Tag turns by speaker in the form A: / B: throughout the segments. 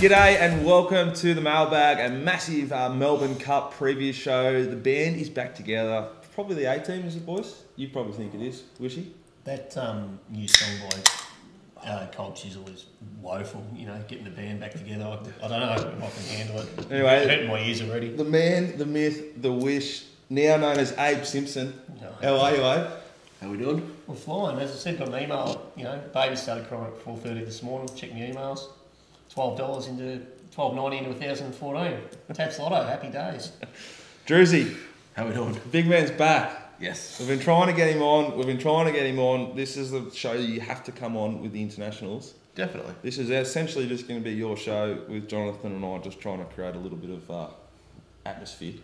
A: G'day and welcome to the Mailbag, a massive uh, Melbourne Cup preview show. The band is back together. Probably the A team, is it, boys? You probably think it is, Wishy.
B: That um, new Songboy uh, culture is always woeful, you know, getting the band back together. I, I don't know if I can handle it.
A: Anyway.
B: It's hurting my ears already.
A: The man, the myth, the wish, now known as Abe Simpson.
B: No.
A: How are you, Abe?
C: How we doing?
B: We're flying. As I said, got an email, you know, baby started crying at 4.30 this morning, checked my emails. $12 into, twelve ninety into 1014 Taps Lotto, happy days.
A: Druzy,
C: How we doing?
A: big man's back.
C: Yes.
A: We've been trying to get him on. We've been trying to get him on. This is the show you have to come on with the internationals.
C: Definitely.
A: This is essentially just going to be your show with Jonathan and I just trying to create a little bit of uh, atmosphere.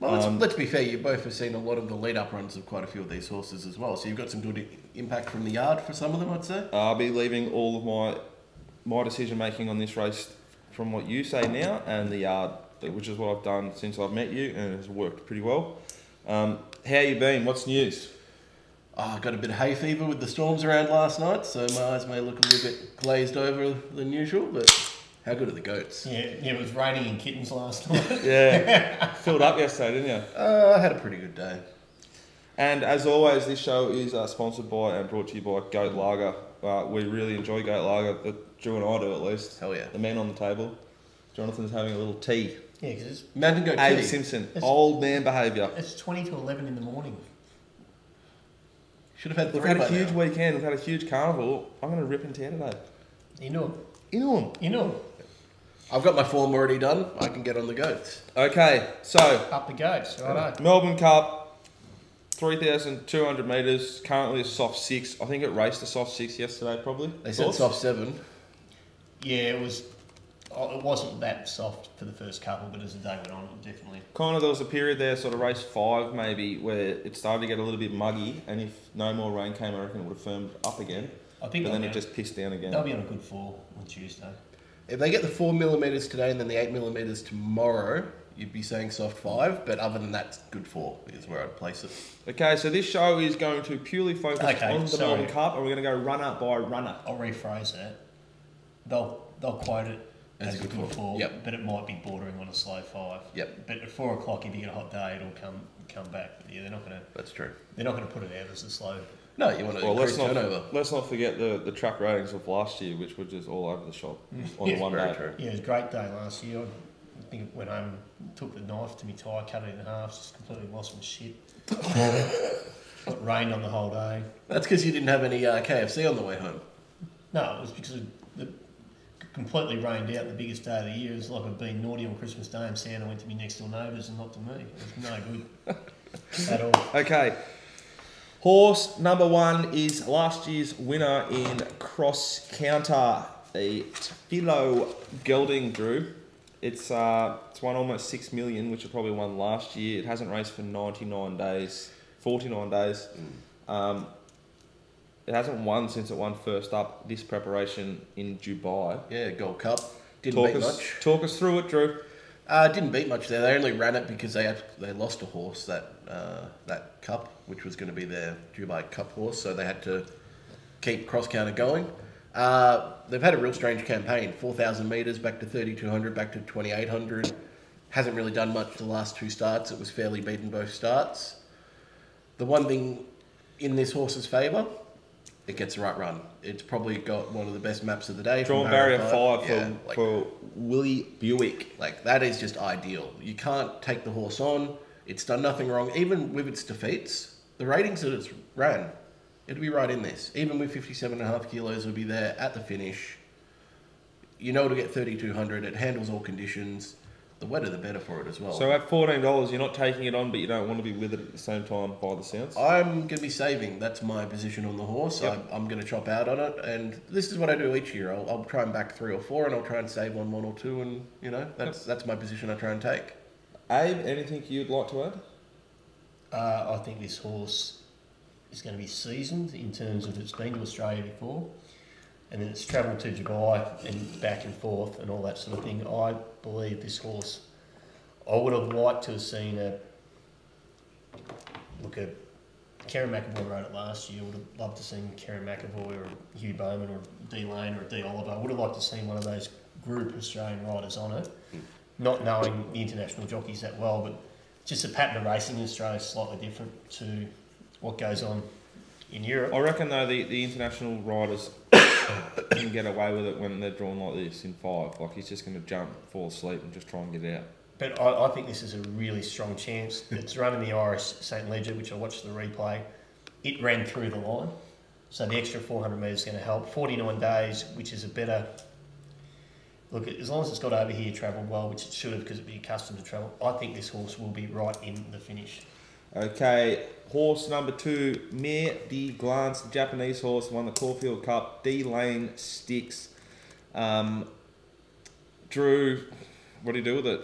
C: Well, let's,
A: Um,
C: let's be fair, you both have seen a lot of the lead up runs of quite a few of these horses as well. So you've got some good i- impact from the yard for some of them, I'd say.
A: I'll be leaving all of my my decision making on this race from what you say now and the yard, which is what I've done since I've met you, and it's worked pretty well. Um, how you been? What's news?
C: Ah, I got a bit of hay fever with the storms around last night, so my eyes may look a little bit glazed over than usual, but how good are the goats?
B: Yeah, yeah, it was raining in kittens last night.
A: Yeah, filled up yesterday, didn't you?
C: Uh, I had a pretty good day.
A: And as always, this show is uh, sponsored by and brought to you by Goat Lager. Uh, we really enjoy Goat Lager. That Drew and I do at least.
C: Hell yeah.
A: The men on the table. Jonathan's having a little tea.
B: yeah, because it's,
C: Mountain goat
A: Abe
C: tea.
A: Simpson, old man behaviour.
B: it's 20 to 11 in the morning.
C: Should have had
A: We've
C: three
A: had a
C: by
A: huge
C: now.
A: weekend. We've had a huge carnival. I'm going to rip and tear today.
B: You know,
A: Enorm.
B: you know,
C: I've got my form already done. I can get on the goats.
A: Okay, so
B: up the eh? goats, righto.
A: Melbourne Cup, 3,200 metres, currently a soft six. I think it raced a soft six yesterday, probably.
C: They said
A: Thoughts?
C: soft seven.
B: Yeah, it was. oh, It wasn't that soft for the first couple, but as the day went on, it definitely.
A: Kind of, there was a period there, sort of race five maybe, where it started to get a little bit muggy, and if no more rain came, I reckon it would have firmed up again.
B: I
A: But
B: think
A: then
B: they'll
A: it
B: be-
A: just pissed down again.
B: they'll be on a good fall on Tuesday.
C: If they get the four millimeters today and then the eight millimeters tomorrow, you'd be saying soft five. But other than that, good four is where I'd place it.
A: Okay, so this show is going to purely focus
B: Okay,
A: on the
B: sorry.
A: Melbourne Cup, and we're going to go runner by runner.
B: I'll rephrase that. They'll they'll quote it as, a good,
C: fall.
B: fall,
C: Yep.
B: but it might be bordering on a slow five.
C: Yep.
B: But at four o'clock, if you get a hot day, it'll come come back. But yeah, they're not gonna
C: That's true.
B: they're not gonna put it out as a slow.
C: No, you want to
A: Well, let's
C: increase
A: not
C: turnover.
A: let's not forget the, the track ratings of last year, which were just all over the shop on the
B: Yeah,
A: one
C: Very
A: day.
C: true.
B: Yeah, it was a great day last year. I think I went home, took the knife to my tie, cut it in half, just completely lost my shit. it rained on the whole day.
C: That's because you didn't have any uh, KFC on the way home.
B: No, it was because it, it completely rained out the biggest day of the year. It was like I'd been naughty on Christmas Day and Santa went to my next door neighbours and not to me. It was no good at all.
A: Okay. Horse number one is last year's winner in cross counter, the Philo Gelding Drew. It's uh, it's won almost six million, which it probably won last year. It hasn't raced for ninety nine days, forty nine days.
C: Mm.
A: Um, it hasn't won since it won first up this preparation in Dubai.
C: Yeah, Gold Cup. Didn't
A: Talk
C: beat
A: us,
C: much.
A: talk us through it, Drew.
C: Uh, didn't beat much there. They only ran it because they had, they lost a horse that uh, that cup, which was going to be their Dubai Cup horse, so they had to keep cross counter going. Uh, they've had a real strange campaign: four thousand meters back to thirty two hundred, back to twenty eight hundred. Hasn't really done much the last two starts. It was fairly beaten both starts. The one thing in this horse's favour, it gets the right run. It's probably got one of the best maps of the day. from
A: Drawn barrier
C: Barrow
A: five, for,
C: Yeah, like-
A: for Willie Buick.
C: like that is just ideal. You can't take the horse on. It's done nothing wrong, even with its defeats. The ratings that it's ran, it'd be right in this. Even with 57 and a half kilos, it'll be there at the finish. You know it'll get 3,200. It handles all conditions. The wetter, the better for it as well.
A: So at fourteen dollars, you're not taking it on, but you don't want to be with it at the same time. By the sounds,
C: I'm going to be saving. That's my position on the horse.
A: Yep.
C: I, I'm going to chop out on it. And this is what I do each year. I'll, I'll try and back three or four, and I'll try and save on one or two. And, you know, that's, that's my position I try and take.
A: Abe, anything you'd like to add?
B: Uh, I think this horse is going to be seasoned in terms of it's been to Australia before and then it's travelled to Dubai and back and forth and all that sort of thing. I believe this horse, I would have liked to have seen a, look, a Karen McAvoy rode it last year. Would have loved to see Karen McAvoy or Hugh Bowman or D Lane or D Oliver. I would have liked to see one of those group Australian riders on it, not knowing the international jockeys that well, but just the pattern of racing in Australia is slightly different to what goes on in Europe.
A: I reckon though the, the international riders can get away with it when they're drawn like this in five. Like he's just going to jump, fall asleep, and just try and get it out.
B: But I, I think this is a really strong chance. It's run in the Irish St. Leger, which I watched the replay. It ran through the line. So the extra 400 metres is going to help. 49 days, which is a better. Look, as long as it's got over here travelled well, which it should have because it'd be accustomed to travel, I think this horse will be right in the finish.
A: Okay, horse number two, Mare de Glance, the Japanese horse, won the Caulfield Cup. D Lane Sticks. Um, Drew, what do you do with it?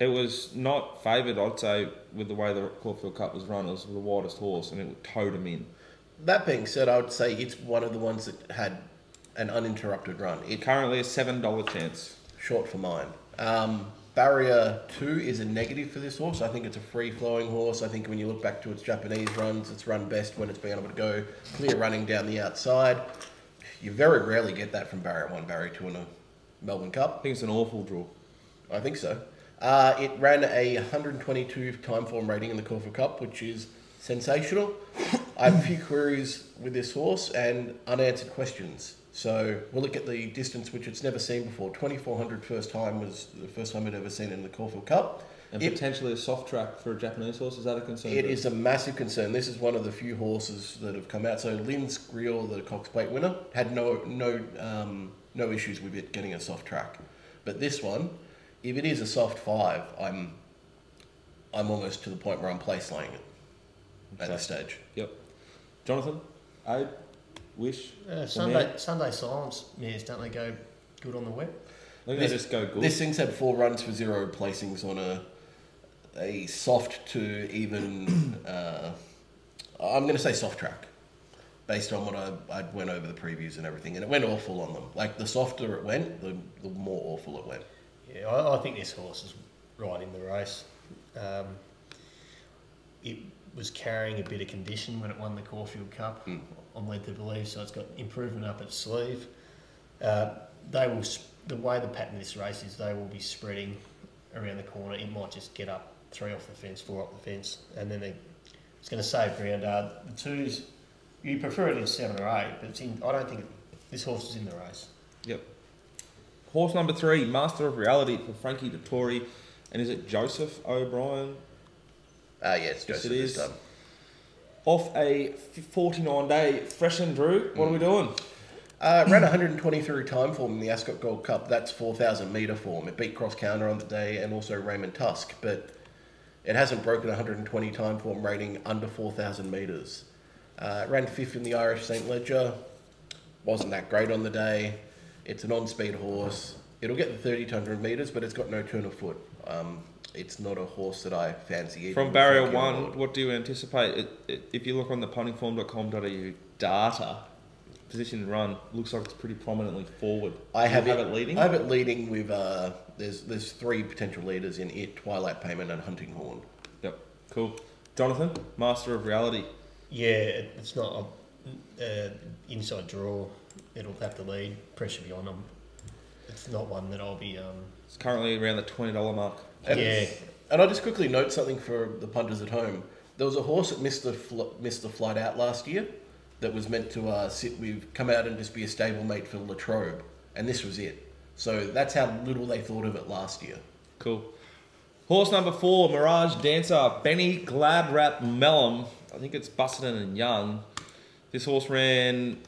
A: It was not favoured, I'd say, with the way the Caulfield Cup was run. It was the widest horse, and it towed him in.
C: That being said, I would say it's one of the ones that had an uninterrupted run. It
A: Currently a seven dollar chance.
C: short for mine. Um, barrier two is a negative for this horse. I think it's a free flowing horse. I think when you look back to its Japanese runs, it's run best when it's been able to go clear running down the outside. You very rarely get that from barrier one, barrier two in a Melbourne
A: I
C: Cup.
A: think it's an awful draw.
C: I think so. Uh, it ran a 122 time form rating in the Corfu Cup, which is sensational. I have a few queries with this horse and unanswered questions. So we'll look at the distance, which it's never seen before. 2400 first time was the first time it ever seen it in the Corfu Cup.
A: And
C: It-
A: potentially a soft track for a Japanese horse. Is that a concern?
C: it
A: Drew?
C: is a massive concern. This is one of the few horses that have come out. So Lynn's Grill, the Cox Plate winner, had no no um, no issues with it getting a soft track, but this one, if it is a soft five, I'm I'm almost to the point where I'm place laying it at this stage.
A: Yep. Jonathan, Abe, Wish.
B: Uh,
A: or
B: Sunday,
A: Mare?
B: Sunday silence mares, don't they go good on the web?
A: They're going
C: This-
A: to just go good.
C: This thing's had four runs for zero placings on a a soft to even. uh, I'm going to say soft track, based on what I I went over the previews and everything, and it went awful on them. Like the softer it went, the the more awful it went.
B: Yeah, I, I think this horse is right in the race. Um, it was carrying a bit of condition when it won the Caulfield Cup, I'm led to believe, so it's got improvement up its sleeve. Uh, they will, sp- the way the pattern of this race is, they will be spreading around the corner. It might just get up three off the fence, four off the fence, and then they, it's going to save ground. Uh, the twos, you prefer it in seven or eight, but it's in, I don't think this horse is in the race.
A: Yep. Horse number three, Master of Reality for Frankie Dettori. And is it Joseph O'Brien?
C: Ah, yeah, it's Joseph
A: it is.
C: this time.
A: Off a 49 day fresh and Drew. What are
C: Mm.
A: we doing?
C: Uh, it ran 120 through time form in the Ascot Gold Cup. That's 4,000 metre form. It beat Cross Counter on the day and also Raymond Tusk, but it hasn't broken 120 time form rating under 4,000 metres. Uh, it ran fifth in the Irish St. Ledger. Wasn't that great on the day. It's an on speed horse. It'll get the 3,200 metres, but it's got no turn of foot. Um, it's not a horse that I fancy even
A: From
C: with
A: barrier
C: Frankie on board.
A: one, what do you anticipate? It, it, if you look on the puntingform.com.au data, position and run looks like it's pretty prominently forward.
C: I
A: You
C: have,
A: have it leading.
C: I have it leading with uh, there's there's three potential leaders in it: Twilight Payment and Hunting Horn.
A: Yep. Cool. Jonathan, Master of Reality.
B: Yeah, it- it's not a uh, inside draw. It'll have to lead pressure be on them. It's not one that I'll be. Um,
A: It's currently around the $20 mark.
C: And,
B: yeah,
C: And I just quickly note something for the punters at home. There was a horse that missed the fl- missed the flight out last year, that was meant to uh, sit with come out and just be a stablemate for Latrobe, and this was it. So that's how little they thought of it last year.
A: Cool. Horse number four, Mirage Dancer, Benny Gladrap Mellum. I think it's Bustin and Young. This horse ran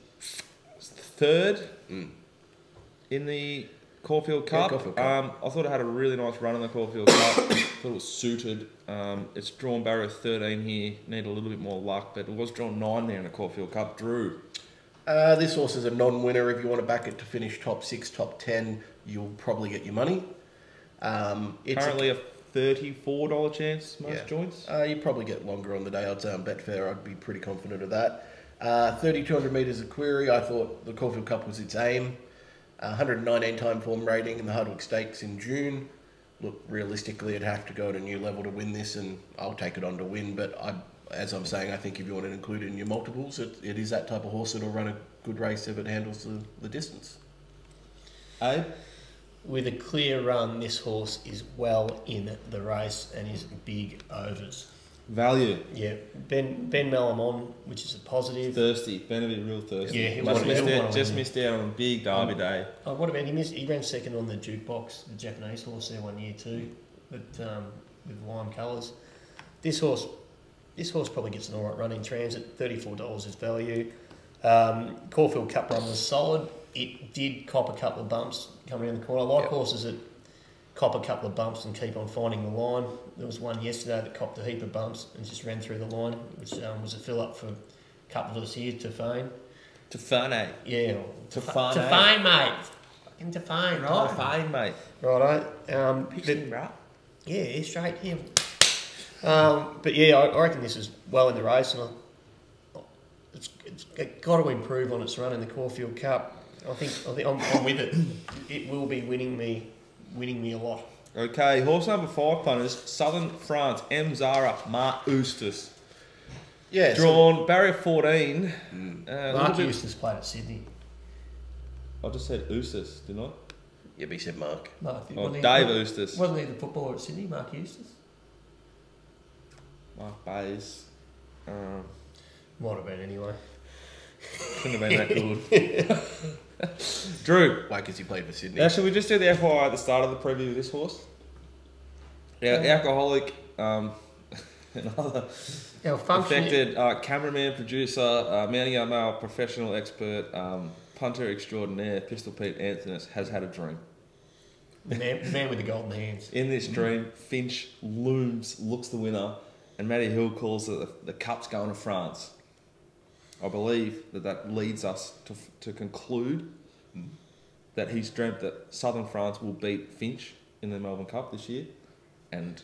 A: third in the Caulfield
C: Mm. Yeah,
A: Cup.
C: Caulfield Cup.
A: um, I thought it had a really nice run in the Caulfield Cup. thought it was suited. Um, it's drawn barrier 13 here. Need a little bit more luck, but it was drawn 9 there in the Caulfield Cup. Drew.
C: Uh, this horse is a non-winner. If you want to back it to finish top six, top ten, you'll probably get your money. Um, it's a
A: Currently a $34 chance, most
C: Yeah.
A: joints.
C: Uh, you probably get longer on the day. I'd say on Betfair, I'd be pretty confident of that. Uh, 3,200 metres of query. I thought the Caulfield Cup was its aim. Uh, 119 time form rating in the Hardwick Stakes in June. Look, realistically, it'd have to go at a new level to win this, and I'll take it on to win. But I, as I'm saying, I think if you want to include it in your multiples, it, it is that type of horse that'll run a good race if it handles the, the distance.
A: Abe?
B: With a clear run, this horse is well in the race and is big overs.
A: Value.
B: Yeah, Ben Ben Malamon, which is a positive.
A: Thirsty. Benavit real thirsty.
B: Yeah, he
A: just,
B: wanted-
A: missed
B: he
A: out,
B: wanted
A: just
B: him.
A: missed out on a big derby day.
B: Oh, what about he missed? He ran second on the jukebox, the Japanese horse there one year too, but um, with lime colours. This horse, this horse probably gets an all right run in transit. Thirty four dollars is value. Um, Caulfield Cup run was solid. It did cop a couple of bumps coming around the corner. I like
C: Yep.
B: horses that cop a couple of bumps and keep on finding the line. There was one yesterday that copped a heap of bumps and just ran through the line, which um, was a fill up for a couple of us here to fame.
A: To Fane.
B: Yeah,
A: To
B: fa-
A: fine,
B: to
A: eh?
B: fine, mate. Fucking to fine,
A: Oh,
B: right?
A: fine, mate.
B: Right, um, but, yeah, yeah, straight here. Um, but yeah, I, I reckon this is well in the race, and I, it's, it's got to improve on its run in the Caulfield Cup. I think I think I'm, I'm with it. It will be winning me, winning me a lot.
A: Okay, horse number five punters, Southern France, M Zara Mark Eustace.
C: Yeah, so
A: Drawn barrier 14. Uh, a little
B: Mark
A: bit-
B: Eustace played at Sydney.
A: I just said Eustace, didn't I?
C: yeah, but he said Mark.
B: Mark,
A: Oh,
B: wasn't he-
A: Dave Eustace.
B: Wasn't he the footballer at Sydney? Mark Eustace
A: Mark Bays. Um,
B: might have been anyway.
A: couldn't have been that good. Drew,
C: Why? Because he played for Sydney.
A: now should we just do the FYI at the start of the preview of this horse? Yeah, alcoholic, um, another
B: Now functioning.
A: Affected uh, cameraman, producer, uh, Manny Yamal, professional expert, um, punter extraordinaire, Pistol Pete Anthony has had a dream.
B: The man, the man with the golden hands.
A: In this dream, Finch looms, looks the winner, and Matty Hill calls that the, the cup's going to France. I believe that that leads us to, to conclude that he's dreamt that Southern France will beat Finch in the Melbourne Cup this year, and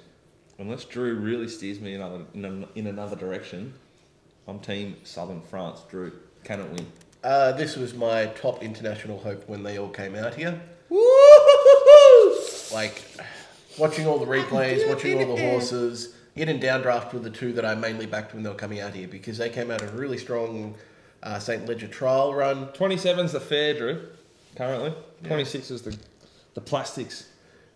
A: unless Drew really steers me in another in, an, in another direction, I'm Team Southern France. Drew cannot win.
C: Uh, this was my top international hope when they all came out here. Like, watching all the replays, watching all the horses, getting downdraft with the two that I mainly backed when they were coming out here because they came out a really strong uh, St. Ledger trial run.
A: 27's the fair, Drew. Currently, 26 is the the plastics.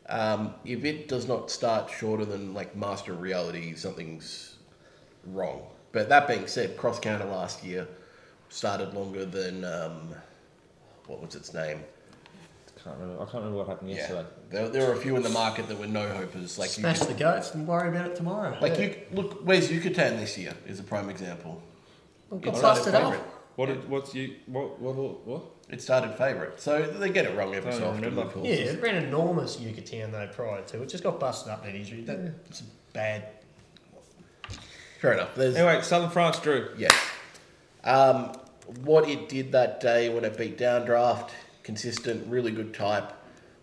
C: Um, if it does not start shorter than like Master of Reality, something's wrong. But that being said, Cross Counter last year started longer than um, what was its name?
A: Can't remember. I can't remember what happened yesterday.
C: There, there were a few in the market that were no hopers. Like you
B: Smash
C: could-
B: the goats and worry about it tomorrow.
C: like you look, where's Yucatan this year is a prime example.
B: Well, got
C: It's
B: busted
C: not a
B: up.
C: favourite.
A: What did what's you what what what? what?
C: It started favourite, so they get it wrong every
A: Don't
C: so often.
A: remember.
C: of course.
B: Yeah, it ran enormous Yucatan though prior to it. Just got busted up that injury. That, It's a bad.
C: fair enough. There's,
A: Anyway, Southern France, Drew.
C: Yes. Um, what it did that day when it beat Downdraft, consistent, really good type.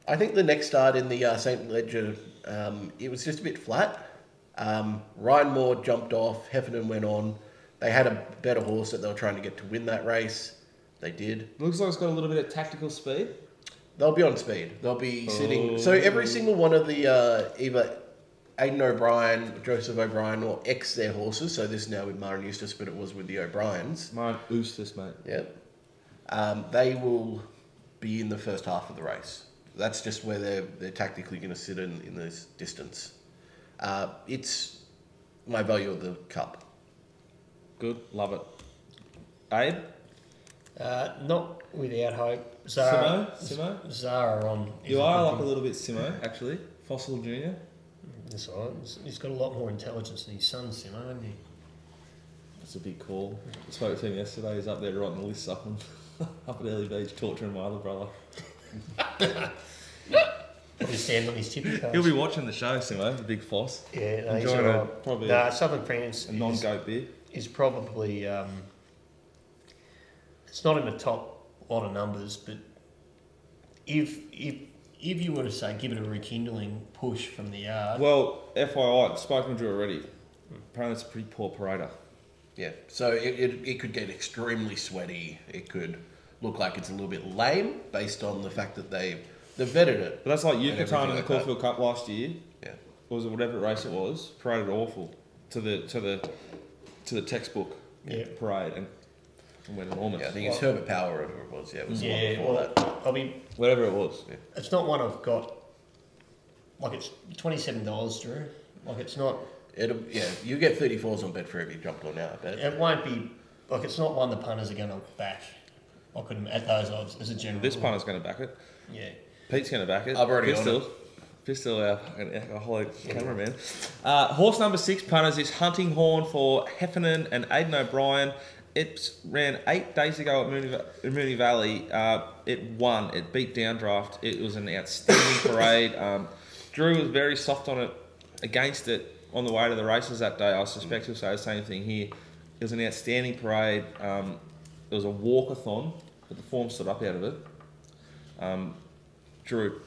C: I think the next start in the uh, St. Ledger, um, it was just a bit flat. Um, Ryan Moore jumped off, Heffernan went on. They had a better horse that they were trying to get to win that race. They did.
A: Looks like it's got a little bit of tactical speed.
C: They'll be on speed. They'll be sitting. So every single one of the uh, either Aiden O'Brien, Joseph O'Brien, or ex their horses. So this is now with Mara Eustace, but it was with the O'Briens.
A: Mine Eustace, mate.
C: Yep. Um, they will be in the first half of the race. That's just where they're, they're tactically going to sit in, in this distance. Uh, it's my value of the cup.
A: Good, love it. Abe,
B: Uh, not without hope. Zara,
A: Simo, Simo.
B: Zara on. is
A: You are like a
B: fucking-
A: little bit Simo, actually. Fossil Junior.
B: That's all right. He's- He's got a lot more intelligence than his son Simo, hasn't he?
A: That's a big call. I spoke to him yesterday. He's up there writing the list up on up at Early Beach, torturing my other brother.
B: Probably stand on his tippy toes.
A: He'll be watching the show, Simo. The big Foss.
B: yeah, no, he's all
A: enjoying a-
B: right.
A: probably
B: nah, Southern France
A: A
B: is,
A: non-goat beer.
B: is probably. Um, it's not in the top lot of numbers, but if if if you were to say give it a rekindling push from the yard,
A: Well, FYI, I've spoken to already. Apparently, it's a pretty poor parader.
C: Yeah. So it, it, it could get extremely sweaty. It could look like it's a little bit lame based on the fact that they they vetted it.
A: But that's like
C: everything
A: Yucatan in the
C: like that.
A: Caulfield Cup last year.
C: Yeah.
A: Or was it whatever race it was? Paraded awful to the to the to the textbook
B: Yeah.
A: parade and, and went enormous.
C: Yeah, I think it's Herbert Power, or whatever it was. Yeah, it was the one
B: Yeah,
C: before
B: well,
C: that.
B: I mean,
A: Whatever it was.
B: it's not one I've got. Like it's twenty seven dollars, Drew. Like it's not.
C: It'll, yeah, you get 34s on Betfair if you jump on now, I bet.
B: It won't be. Like it's not one the punters are going to back. I couldn't at those odds as a general.
A: This
B: rule.
A: punter's going to back it.
B: Yeah.
A: Pete's going to back it.
C: I've already on
A: Pistol. Pistol, our fucking alcoholic cameraman. Uh, horse number six, punters, is Hunting Horn for Heffernan and Aidan O'Brien. It ran eight days ago at Mooney, Va- Mooney Valley. Uh, it won. It beat Downdraft. It was an outstanding parade. Um, Drew was very soft on it, against it on the way to the races that day. I suspect he'll say the same thing here. It was an outstanding parade. Um, it was a walkathon, but the form stood up out of it. Drew,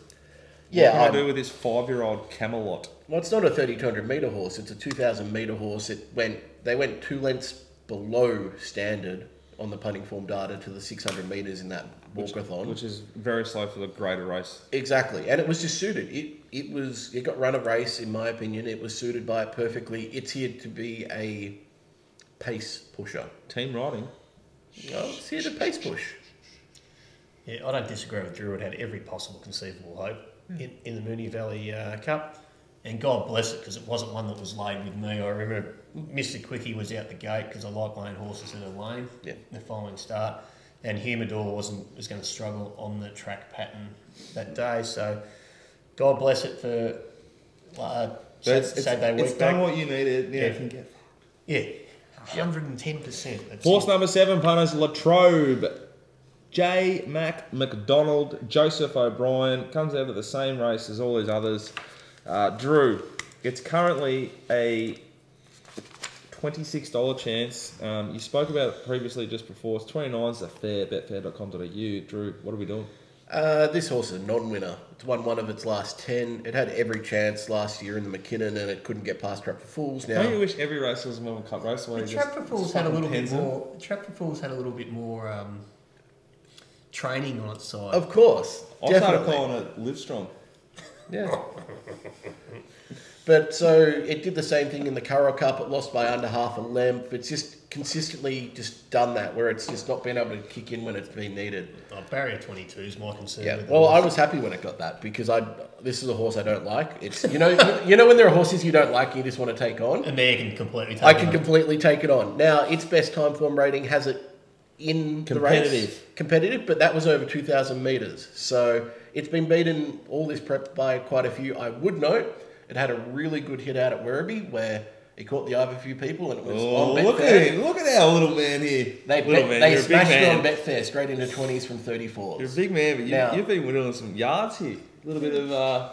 C: Yeah,
A: what can I
C: I'm-
A: do with this five-year-old Camelot?
C: Well, it's not a 3200 meter horse. It's a 2000 meter horse. It went they went two lengths below standard on the punting form data to the 600 meters in that walkathon.
A: which is very slow for the greater race.
C: exactly, and it was just suited. It it was it got run a race in my opinion. It was suited by it perfectly. It's here to be a pace pusher.
A: Team riding.
C: Oh, it's here to pace push.
B: Yeah, I don't disagree with Drew. It had every possible conceivable hope in, in the Mooney Valley uh, Cup, and God bless it because it wasn't one that was laid with me. I remember Mister Quickie was out the gate because I like laying horses in a lane.
C: Yeah.
B: The following start, and Humidor wasn't was going to struggle on the track pattern that day. So, God bless it for uh,
A: But
B: Sat- Saturday week back.
A: what you needed.
B: Yeah. yeah, hundred and ten percent.
A: Horse number seven, punters Latrobe. J. Mac McDonald, Joseph O'Brien comes out of the same race as all these others. Uh, Drew, it's currently a $26 chance. Um, you spoke about it previously just before. It's 29s a fair, betfair.com.au. Drew, what are we doing?
C: Uh, this horse is a non-winner. It's won one of its last ten. It had every chance last year in the McKinnon, and it couldn't get past Trap for Fools. Now
A: Don't you wish every race was a Melbourne Cup race? Where
B: The
A: you
B: Trap
A: just
B: for Fools had a little bit
A: pins them?
B: more. Trap for Fools had a little bit more um, training on its side.
C: Of course.
A: I started
C: definitely.
A: calling it Livestrong.
C: Yeah. but so it did the same thing in the Curra Cup. It lost by under half a length. It's just consistently just done that, where it's just not been able to kick in when it's been needed.
B: Oh, barrier twenty two is my concern.
C: Yeah.
B: with the
C: Well, I
B: horse.
C: was happy when it got that because I this is a horse I don't like. It's you know you know when there are horses you don't like and you just want to take on.
B: and there you can completely. Take
C: I can
B: it.
C: completely take it on. Now, its best time form rating has it in the race.
A: Competitive.
C: Competitive, but that was over 2,000 metres. So it's been beaten all this prep by quite a few. I would note it had a really good hit out at Werribee where it caught the eye of a few people and it was
A: Oh,
C: on
A: look at
C: Betfair.
A: him! Look at our little man here.
C: They,
A: little
C: bet- they
A: you're a big
C: smashed it on
A: man.
C: Betfair straight into 20s from
A: You're a
C: 34s.
A: big man, but you,
C: Now-
A: you've been winning some yards here. A little bit of uh,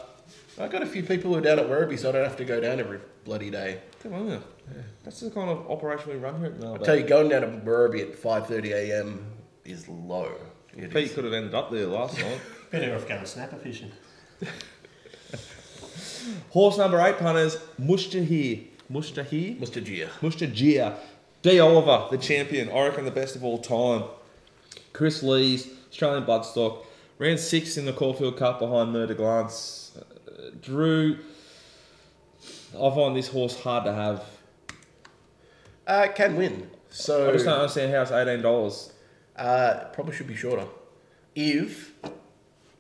C: I got a few people who are down at Werribee, so I don't have to go down every bloody day.
A: come on. now. That's the kind of operation we run here at
C: I tell
A: Melbourne.
C: you, going down to Werribee at 5.30am is low. It
A: Pete
C: is.
A: could have ended up there last night.
B: Better off going snapper fishing.
A: Horse number eight punters Mushtahir. Mushtahir.
C: Mr. Gia.
A: Mustajir, D. Oliver, the champion, I reckon the best of all time. Chris Lees, Australian bloodstock, ran six in the Caulfield Cup behind Murder Glance. Uh, Drew, I find this horse hard to have.
C: Uh, it can win. So
A: I just don't understand how it's eighteen dollars.
C: Uh, probably should be shorter. If,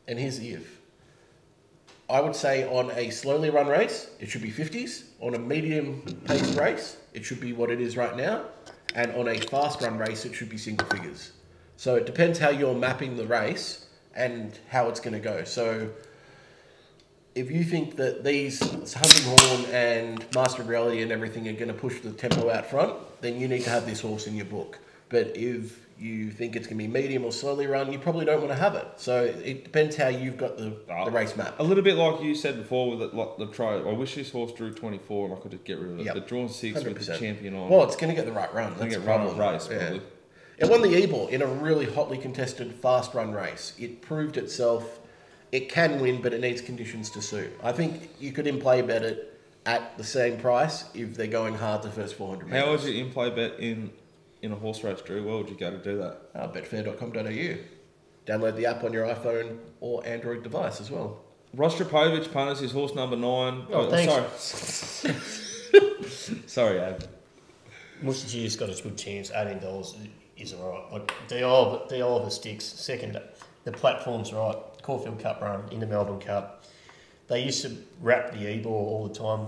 C: and here's the if. I would say on a slowly run race, it should be 50s. On a medium pace race, it should be what it is right now. And on a fast run race, it should be single figures. So it depends how you're mapping the race and how it's going to go. So if you think that these Hunting Horn and Master of Reality and everything are going to push the tempo out front, then you need to have this horse in your book. But if you think it's going to be medium or slowly run, you probably don't want to have it. So it depends how you've got the,
A: Ah.
C: the race map.
A: A little bit like you said before with the, like, the try. I wish this horse drew twenty four and I could just get rid of it.
C: Yep.
A: But drawn six with the
C: 100%.
A: champion on.
C: Well, it's going to get the right run. That's
A: gonna
C: the
A: get run on
C: problem.
A: race, probably.
C: It won the Ebor in a really hotly contested fast run race. It proved itself. It can win, but it needs conditions to suit. I think you could in play bet it at the same price if they're going hard the first 400 metres.
A: how would you in play bet in in a horse race, Drew? Where would you go to do that?
C: Uh, betfair.com.au. Download the app on your iPhone or Android device as well.
A: Rostropovich punters his horse number nine.
B: Oh, thanks.
A: sorry. sorry, Ab.
B: Mustajir's got a good chance. Eighteen dollars is all right. Like the Oliver, the Oliver sticks second. The platform's right. Caulfield Cup run in the Melbourne Cup. They used to wrap the Ebor all the time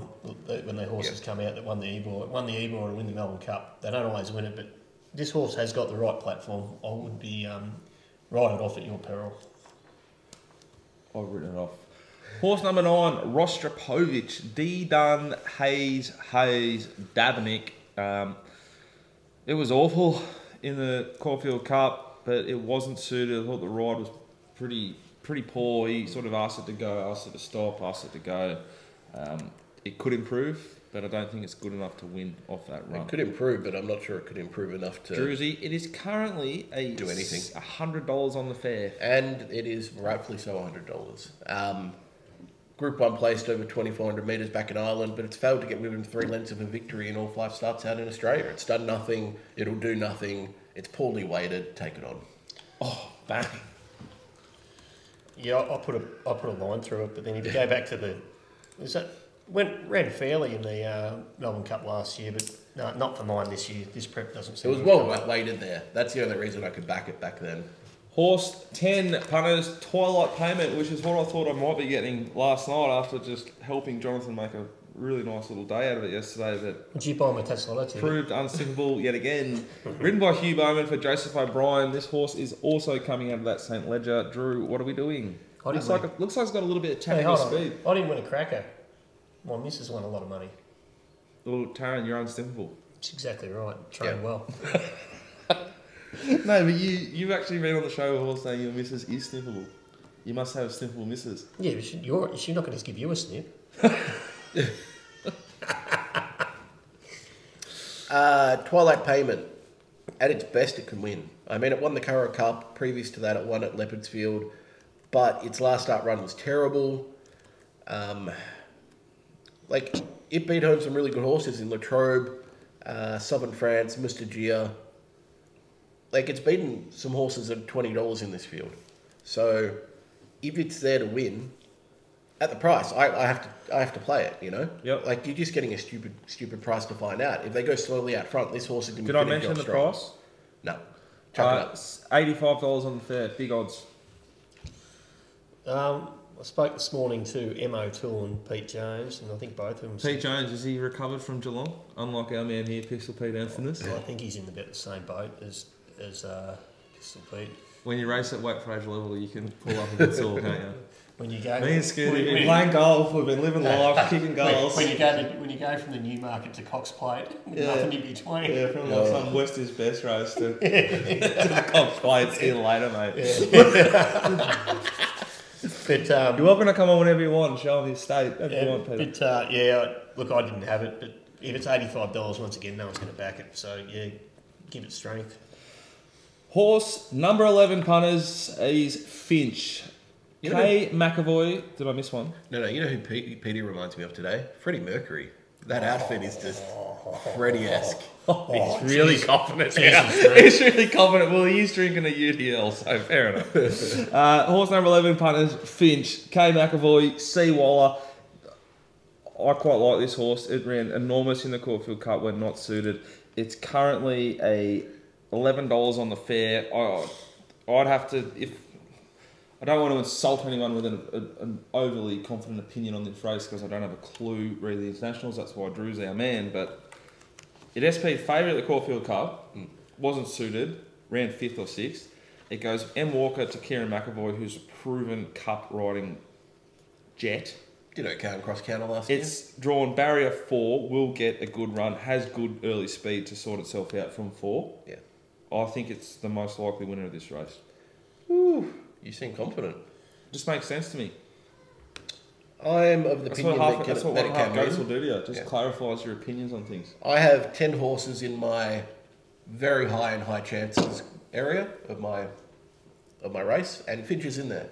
B: when their horses come out that won the Ebor. It won the Ebor and win the Melbourne Cup. They don't always win it, but this horse has got the right platform. I would be um, right it off at your peril.
A: I've written it off. Horse number nine, Rostropovich, D Dunn, Hayes, Hayes, Dabnik. Um, it was awful in the Caulfield Cup, but it wasn't suited. I thought the ride was pretty pretty poor. He sort of asked it to go, asked it to stop, asked it to go. Um, it could improve, but I don't think it's good enough to win off that run.
C: It could improve, but I'm not sure it could improve enough to.
A: Druzy, it is currently a
C: Do anything.
A: s- $100 on the fare.
C: And it is rightfully so $100. Um, group one placed over 2,400 metres back in Ireland, but it's failed to get within three lengths of a victory in all five starts out in Australia. It's done nothing, it'll do nothing, it's poorly weighted, take it on.
A: Oh, bang.
B: Yeah, I I put a I put a line through it, but then if you go back to the, was that went ran fairly in the uh, Melbourne Cup last year, but no, not for mine this year. This prep doesn't
C: It
B: seem.
C: was
B: to
C: well
B: have come up.
C: weighted there. That's the only reason I could back it back then.
A: Horse 10, punters, Twilight Payment, which is what I thought I might be getting last night after just helping Jonathan make a really nice little day out of it yesterday, but
B: Would you buy my Tesla too?
A: proved unsinkable yet again. Ridden by Hugh Bowman for Joseph O'Brien. This horse is also coming out of that St. Ledger. Drew, what are we doing?
B: I
A: Looks
B: didn't
A: like,
B: win.
A: it, looks like it's got a little bit of
B: Hey,
A: tactical
B: hold on.
A: speed.
B: I didn't win a cracker. My missus won a lot of money.
A: Little Taryn, you're unsinkable.
B: It's exactly right. Train
C: Yeah.
B: well.
A: no, but you, you've actually been on the show before saying your missus is sniffable. You must have sniffable missus.
B: Yeah, but she, you're, she's not going to give you a snip.
C: Uh, Twilight Payment. At its best, it can win. I mean, it won the Curra Cup. Previous to that, it won at Leopardsfield. But its last start run was terrible. Um, like, it beat home some really good horses in Latrobe, uh, Southern France, Mustagia. Like, it's beaten some horses at $20 in this field. So, if it's there to win, at the price, I, I have to I have to play it, you know?
A: Yep.
C: Like, you're just getting a stupid stupid price to find out. If they go slowly out front, this horse is going to
A: Did I mention the price?
C: No. Chuck it
A: Uh,
C: up.
A: it's Eighty-five dollars on the fair, big odds.
B: Um, I spoke this morning to M. O'Toole and Pete Jones, and I think both of them.
A: Pete Jones is he recovered from Geelong? Unlike our man here, Pistol Pete Anthony's.
B: I think he's in about the same boat as as uh, Pistol Pete.
A: When you race at Wake Fraser level, you can pull up against all, can't
B: When you go,
A: you? Me and Scooter,
B: when-
A: we've
B: when-
A: been playing golf, we've been living life, kicking goals.
B: When you go to, when you go from the new market to Cox Plate, with
A: Yeah.
B: nothing in between.
A: Yeah, from like some West is best race to, to the comp plates here later, mate.
B: But um,
A: You're welcome to come on whenever you want, show them your state if you
B: yeah,
A: want, Peter.
B: but uh, yeah, look, I didn't have it, but if it's eighty five dollars, once again, no one's going to back it. So yeah, give it strength.
A: Horse number 11 punters is Finch.
C: You
A: Kay McAvoy. Did I miss one?
C: No, no, you know who Pete, Petey reminds me of today? Freddie Mercury. That outfit is just Freddie esque.
A: Oh,
B: He's really confident.
A: He's really confident. Well, he's drinking a UDL, so fair enough. uh, horse number 11 punters Finch. Kay McAvoy. C. Waller. I quite like this horse. It ran enormous in the Caulfield Cup when not suited. It's currently a eleven dollars on the fair. I, I'd have to if I don't want to insult anyone with an, a, an overly confident opinion on this race because I don't have a clue really internationals. That's why Drew's our man. But it SP favourite at the Caulfield Cup wasn't suited. Ran fifth or sixth. It goes M Walker to Kieran McAvoy, who's a proven cup riding jet.
C: Did it count cross counter last
A: It's drawn barrier four, will get a good run, has good early speed to sort itself out from four.
C: year? Yeah.
A: I think it's the most likely winner of this race.
C: You seem confident.
A: Just makes sense to me.
C: I am of the
A: That's
C: opinion
A: what half,
C: that, can,
A: that's what
C: that
A: one
C: it
A: half
C: can
A: goats
C: win.
A: will do to you. It Just
C: Yeah.
A: clarifies your opinions on things.
C: I have 10 horses in my very high and high chances area of my of my race, and Finch is in there.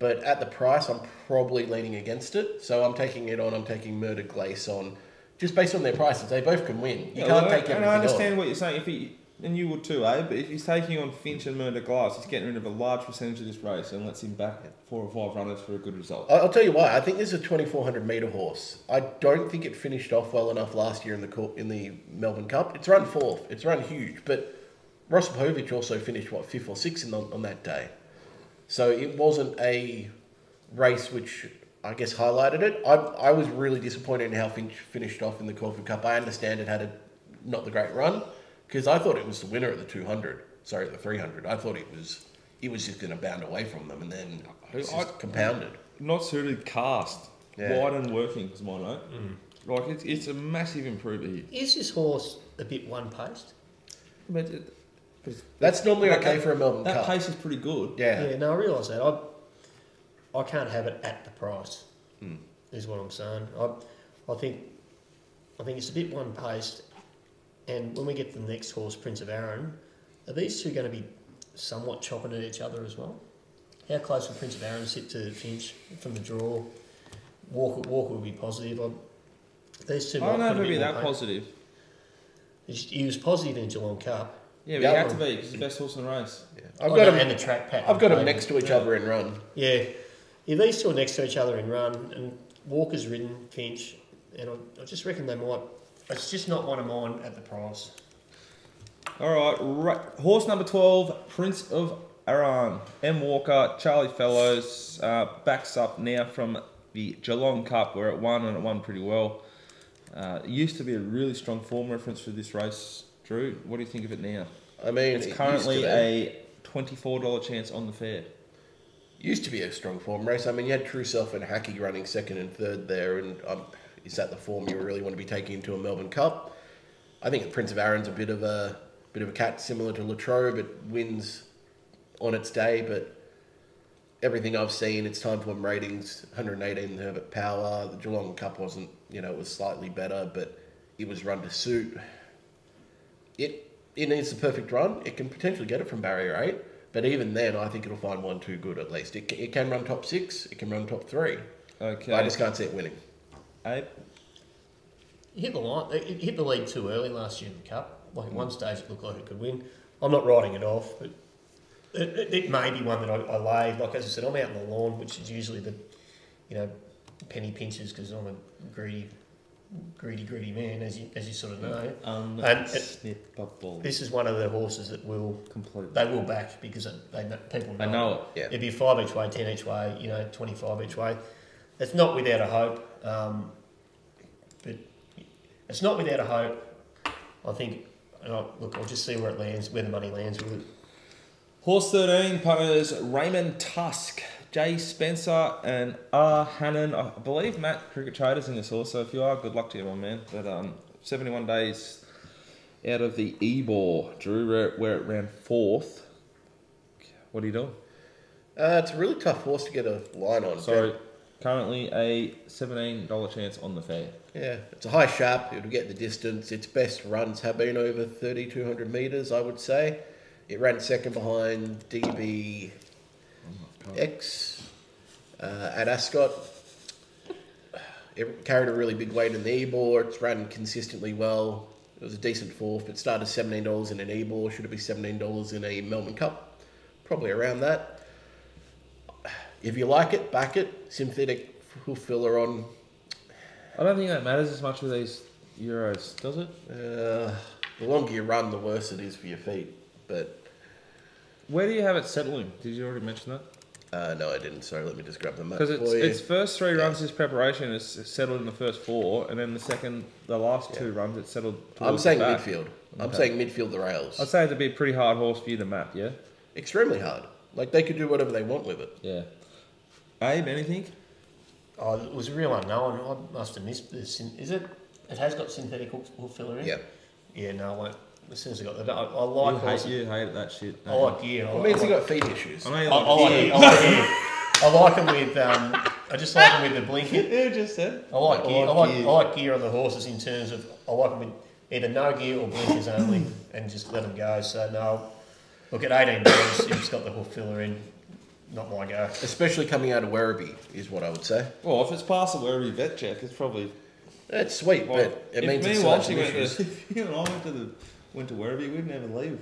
C: But at the price, I'm probably leaning against it. So I'm taking it on. I'm taking Murder Glace on, just based on their prices. They both can win. You
A: Yeah,
C: can't
A: well,
C: take
A: and
C: everything
A: I
C: on.
A: understand what you're saying. If he, and you would too, eh? But if he's taking on Finch and Murder Glass, he's getting rid of a large percentage of this race and lets him back four or five runners for a good result.
C: I- I'll tell you why. I think this is a 2400 meter horse. I don't think it finished off well enough last year in the cour- in the Melbourne Cup. It's run fourth. It's run huge, but Rosipovich also finished what fifth or sixth in the, on that day. So it wasn't a race which I guess highlighted it. I, I was really disappointed in how Finch finished off in the Corfu Cup. I understand it had a not the great run because I thought it was the winner at the 200. Sorry, at the 300. I thought it was it was just going to bound away from them, and then it's
A: I-
C: just compounded.
A: Not suited cast,
C: Yeah.
A: wide and working is my note. Like it's, it's a massive improvement here.
B: Is this horse a bit one paced?
A: But it- but it's-
C: That's normally
A: That-
C: okay
A: that-
C: for a Melbourne
A: that
C: Cup.
A: pace is pretty good.
C: yeah.
B: Yeah, no, I realise that. I, I can't have it at the price.
A: Hmm.
B: Is what I'm saying. I, I think, I think it's a bit one paced, and when we get to the next horse, Prince of Aaron, are these two going to be somewhat chopping at each other as well? How close will Prince of Aaron sit to Finch from the draw? Walker, Walker will be positive. I, these two.
A: I don't know
B: might
A: if
B: put a
A: it'd be
B: bit more
A: that
B: pain.
A: positive.
B: He was positive in Geelong Cup.
A: Yeah, but
C: Yeah,
A: he had to be
B: I'm-
A: 'cause he's the best horse in the race.
C: I've
B: Oh,
C: got
B: no,
C: them.
B: and the track pattern.
C: I've got them
B: played.
C: next to each
B: Yeah.
C: other in run.
B: Yeah, yeah, these two are next to each other in run, and Walker's ridden Finch, and I, I just reckon they might. It's just not one of mine at the price.
A: All right, ra- horse number 12, Prince of Aran. M. Walker, Charlie Fellows uh, backs up now from the Geelong Cup where it won and it won pretty well. Uh, it used to be a really strong form reference for this race. Drew, what do you think of it now?
C: I mean,
A: It's
C: it
A: currently
C: used to, be,
A: a $24 chance on the fair.
C: used to be a strong form race. I mean, you had True Self and Hacky running second and third there, and um, is that the form you really want to be taking into a Melbourne Cup? I think Prince of Aaron's a bit of a bit of a cat, similar to Latrobe. It wins on its day, but everything I've seen, its time form ratings 118 in Herbert Power. The Geelong Cup wasn't, you know, it was slightly better, but it was run to suit. It it needs the perfect run. It can potentially get it from barrier eight, but even then, I think it'll find one too good at least. It, ca- it can run top six. It can run top three.
A: Okay.
C: I just can't see it winning.
A: Abe?
B: It hit the line. It it hit the lead too early last year in the cup. Like at one stage, it looked like it could win. I'm not writing it off, but it, it, it may be one that I, I lay. Like as I said, I'm out on the lawn, which is usually the, you know, penny pinches because I'm a greedy, greedy, greedy man, as you as you sort of know.
A: um, Unsnippable.
B: This is one of the horses that will
A: Completely.
B: they will back because it- they kn- people know.
A: I know
C: Yeah.
B: It'd be five each way, ten each way, you know, twenty-five each way. It's not without a hope, um, but it's not without a hope. I think. And I, look, I'll just see where it lands, where the money lands with it.
A: Horse 13 punters Raymond Tusk, Jay Spencer, and R. Hannon. I believe Matt Cricket Trader's in this horse, so if you are, good luck to you, my man. But um, 71 days out of the Ebor. Drew, we're, we're at round fourth. What are you doing?
C: Uh, it's a really tough horse to get a line on.
A: Sorry, currently a $17 chance on the fair.
C: Yeah, it's a high sharp. It'll get the distance. Its best runs have been over 3,200 metres, I would say. It ran second behind DBX uh, at Ascot. It carried a really big weight in the e-bore. It's run consistently well. It was a decent fourth. It started $17 in an e-bore. Should it be $17 in a Melbourne Cup? Probably around that. If you like it, back it. Synthetic hoof filler on
A: I don't think that matters as much with these Euros, does it?
C: Uh, the longer you run, the worse it is for your feet. But
A: Where do you have it settling? Did you already mention that?
C: uh, no, I didn't. Sorry, let me just grab them up
A: Because it's,
C: for you.
A: its first three runs is preparation is settled in the first four, and then the second, the last two runs it's settled.
C: I'm
A: towards the
C: saying
A: back.
C: midfield. I'm
A: Okay.
C: saying midfield the rails.
A: I'd say it'd be a pretty hard horse for you to map. Yeah.
C: Extremely hard. Like they could do whatever they want with it.
A: Yeah. Abe, anything?
B: Oh, it was a real unknown. I must have missed this. syn- Is it? It has got synthetic hoof, hoof filler in.
C: Yeah.
B: Yeah. No, I won't. As soon as I got that, I, I like
A: you, hate,
B: horses.
A: you hate that shit.
B: I like gear. I
C: It
B: like-
C: means they got feet issues.
A: I know you
B: I, I like it. I like it. I like them with. Um, I just like them with the blinking.
A: You just said.
B: I like gear. I
A: like
B: like,
A: gear.
B: I like gear on the horses in terms of I like them with either no gear or blinkers only, and just let them go. So no, look at eighteen dollars. It's got the hoof filler in. Not my go.
C: Especially coming out of Werribee is what I would say.
A: Well, if it's passable every vet check, it's probably.
C: It's sweet,
A: Well,
C: but
A: if
C: it means
A: me and
C: it's so much
A: Walshy went
C: issues.
A: to, if you and I went to the Went to Werribee, we'd never leave.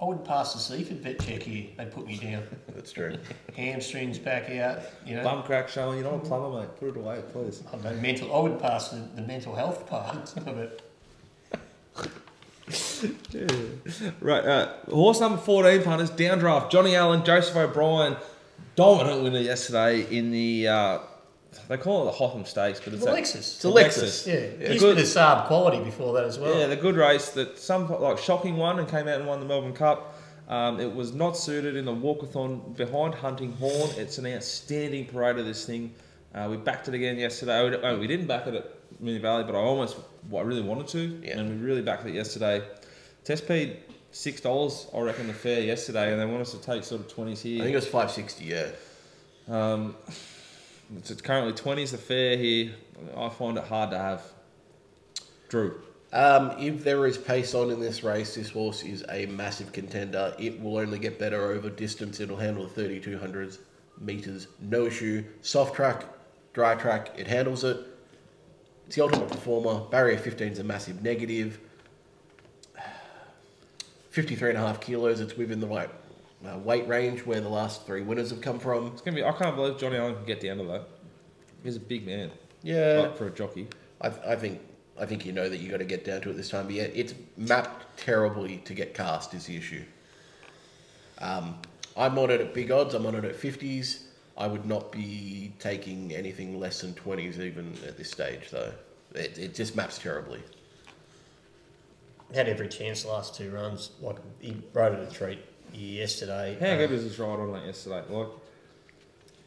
B: I wouldn't pass the Seaford vet check here. They put me down.
C: That's true.
B: Hamstrings back out, you know.
A: Bum crack showing, you're not a plumber, mate. Put it away, please.
B: I know mental. I would pass the, the mental health part of it.
A: Right, uh, horse number 14, punters, downdraft. Johnny Allen, Joseph O'Brien, dominant winner yesterday in the, uh, they call it the Hotham Stakes, but it's
B: The
A: a-
B: Lexus.
A: It's
C: The
A: a
C: Lexus.
A: Lexus.
B: Yeah,
A: Yeah,
B: it used
A: good.
B: to be the Saab quality before that as well.
C: Oh.
A: Yeah, the good race that some like shocking one and came out and won the Melbourne Cup. Um, it was not suited in the walkathon behind Hunting Horn. It's an outstanding parade of this thing. Uh, we backed it again yesterday. Oh, we- oh, we didn't back it at Mooney Valley, but I almost well, I really wanted to,
C: Yeah.
A: and we really backed it yesterday. Test paid six dollars, I reckon, the fare yesterday, and they want us to take sort of twenties
C: I
A: here.
C: think it was 560, yeah.
A: Um, it's, it's currently twenties the fare here. I find it hard to have. Drew,
C: Um, if there is pace on in this race, this horse is a massive contender. It will only get better over distance. It'll handle the 3200s meters, no issue. Soft track, dry track, it handles it. It's the ultimate performer. Barrier 15 is a massive negative. 53 and a half kilos, it's within the right uh, weight range where the last three winners have come from.
A: It's gonna be. I can't believe Johnny Allen can get down to that. He's a big man
C: Yeah.
A: like, for a jockey.
C: I, I think I think you know that you got to get down to it this time. But yeah, it's mapped terribly to get cast is the issue. Um, I'm on it at big odds. I'm on it at fifties. I would not be taking anything less than twenties even at this stage, though. It, it just maps terribly.
B: Had every chance the last two runs. Like he rode it a treat yesterday.
A: How
B: Um,
A: good was this ride on that yesterday? Like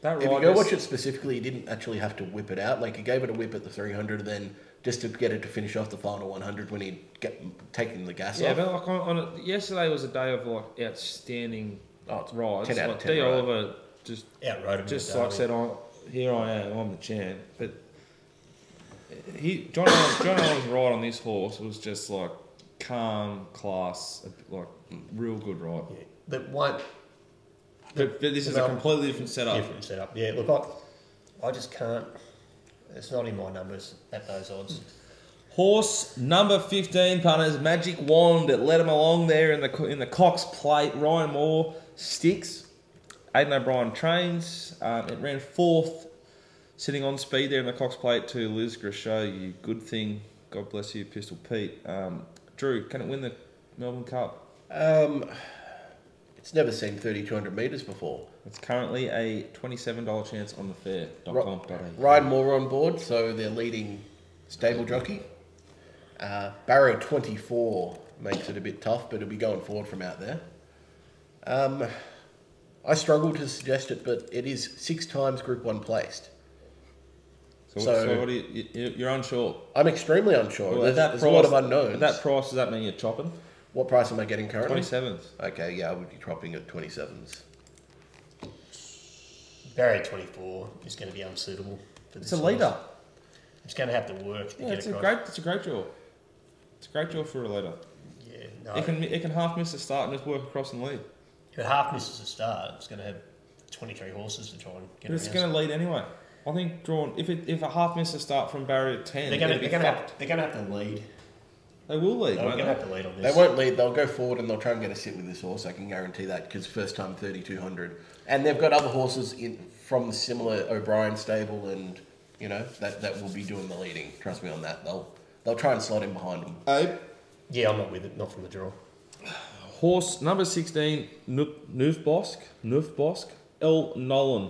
A: that ride.
C: If you go
A: yes-
C: watch it specifically, he didn't actually have to whip it out. Like he gave it a whip at the 300, and then just to get it to finish off the final 100 when he'd get, taken the gas
A: Yeah,
C: off.
A: but like on, on it, yesterday was a day of like outstanding
C: Oh, it's
A: rides.
C: 10 out of
A: like
C: 10
A: D
C: ride.
A: Oliver just
B: outrode him.
A: just
B: in the
A: like
B: Derby.
A: said, I here I am, I'm the champ. But he John Allen, John Allen's ride on this horse was just like calm, class, like real good ride.
B: Yeah. That one
A: But, but this is a
C: um,
B: Well,
A: completely different setup.
B: different setup. Yeah, look, I, I just can't. It's not in my numbers at those odds.
A: Horse number 15 punters, Magic Wand that led him along there in the in the Cox plate. Ryan Moore sticks. Aiden O'Brien trains. Um, it ran fourth, sitting on speed there in the Cox plate to Liz Grishow. You good thing. God bless you, Pistol Pete. Um, Drew, can it win the Melbourne Cup?
C: Um, it's never seen 3,200 meters before.
A: It's currently a $27 chance on the fair. dot
C: Ro-
A: com dot au.
C: Ryan Moore on board, so their leading stable jockey. Uh, Barrow 24 makes it a bit tough, but it'll be going forward from out there. Um, I struggle to suggest it, but it is six times Group 1 placed.
A: So, what-
C: so-
A: so what do you, you, you're unsure.
C: I'm extremely unsure.
A: Well,
C: there's there's a lot of unknowns.
A: At that price, does that mean you're chopping?
C: what price am I getting currently?
A: 27s.
C: Okay, yeah, I would be dropping at 27s.
B: Barrier 24 is going to be unsuitable. For this
A: It's a
B: horse.
A: leader.
B: It's going to have to work to
A: Yeah,
B: get
A: it's a
B: across.
A: great, it's a great draw. It's a great draw for a leader.
B: yeah, no.
A: It can, it can half miss the start and just work across and lead.
B: If it half misses a start, it's going to have 23 horses to try and get
A: But it's
B: around.
A: going to lead anyway. I think drawn if it if a half miss a start from barrier ten,
B: They're going to
A: it'll be
B: they're going to
A: fucked.
B: have, they're going to have to lead.
A: They will lead.
B: They're
A: won't
B: going
A: they?
B: to have to lead on
C: They
B: this.
C: won't lead. They'll go forward and they'll try and get a sit with this horse. I can guarantee that because first time 3200, and they've got other horses in from the similar O'Brien stable, and you know that that will be doing the leading. Trust me on that. They'll they'll try and slot in behind them.
A: Abe.
B: Yeah, I'm not with it. Not from the draw.
A: Horse number 16, Nu- Nufbosk, Nufbosk, L. Nolan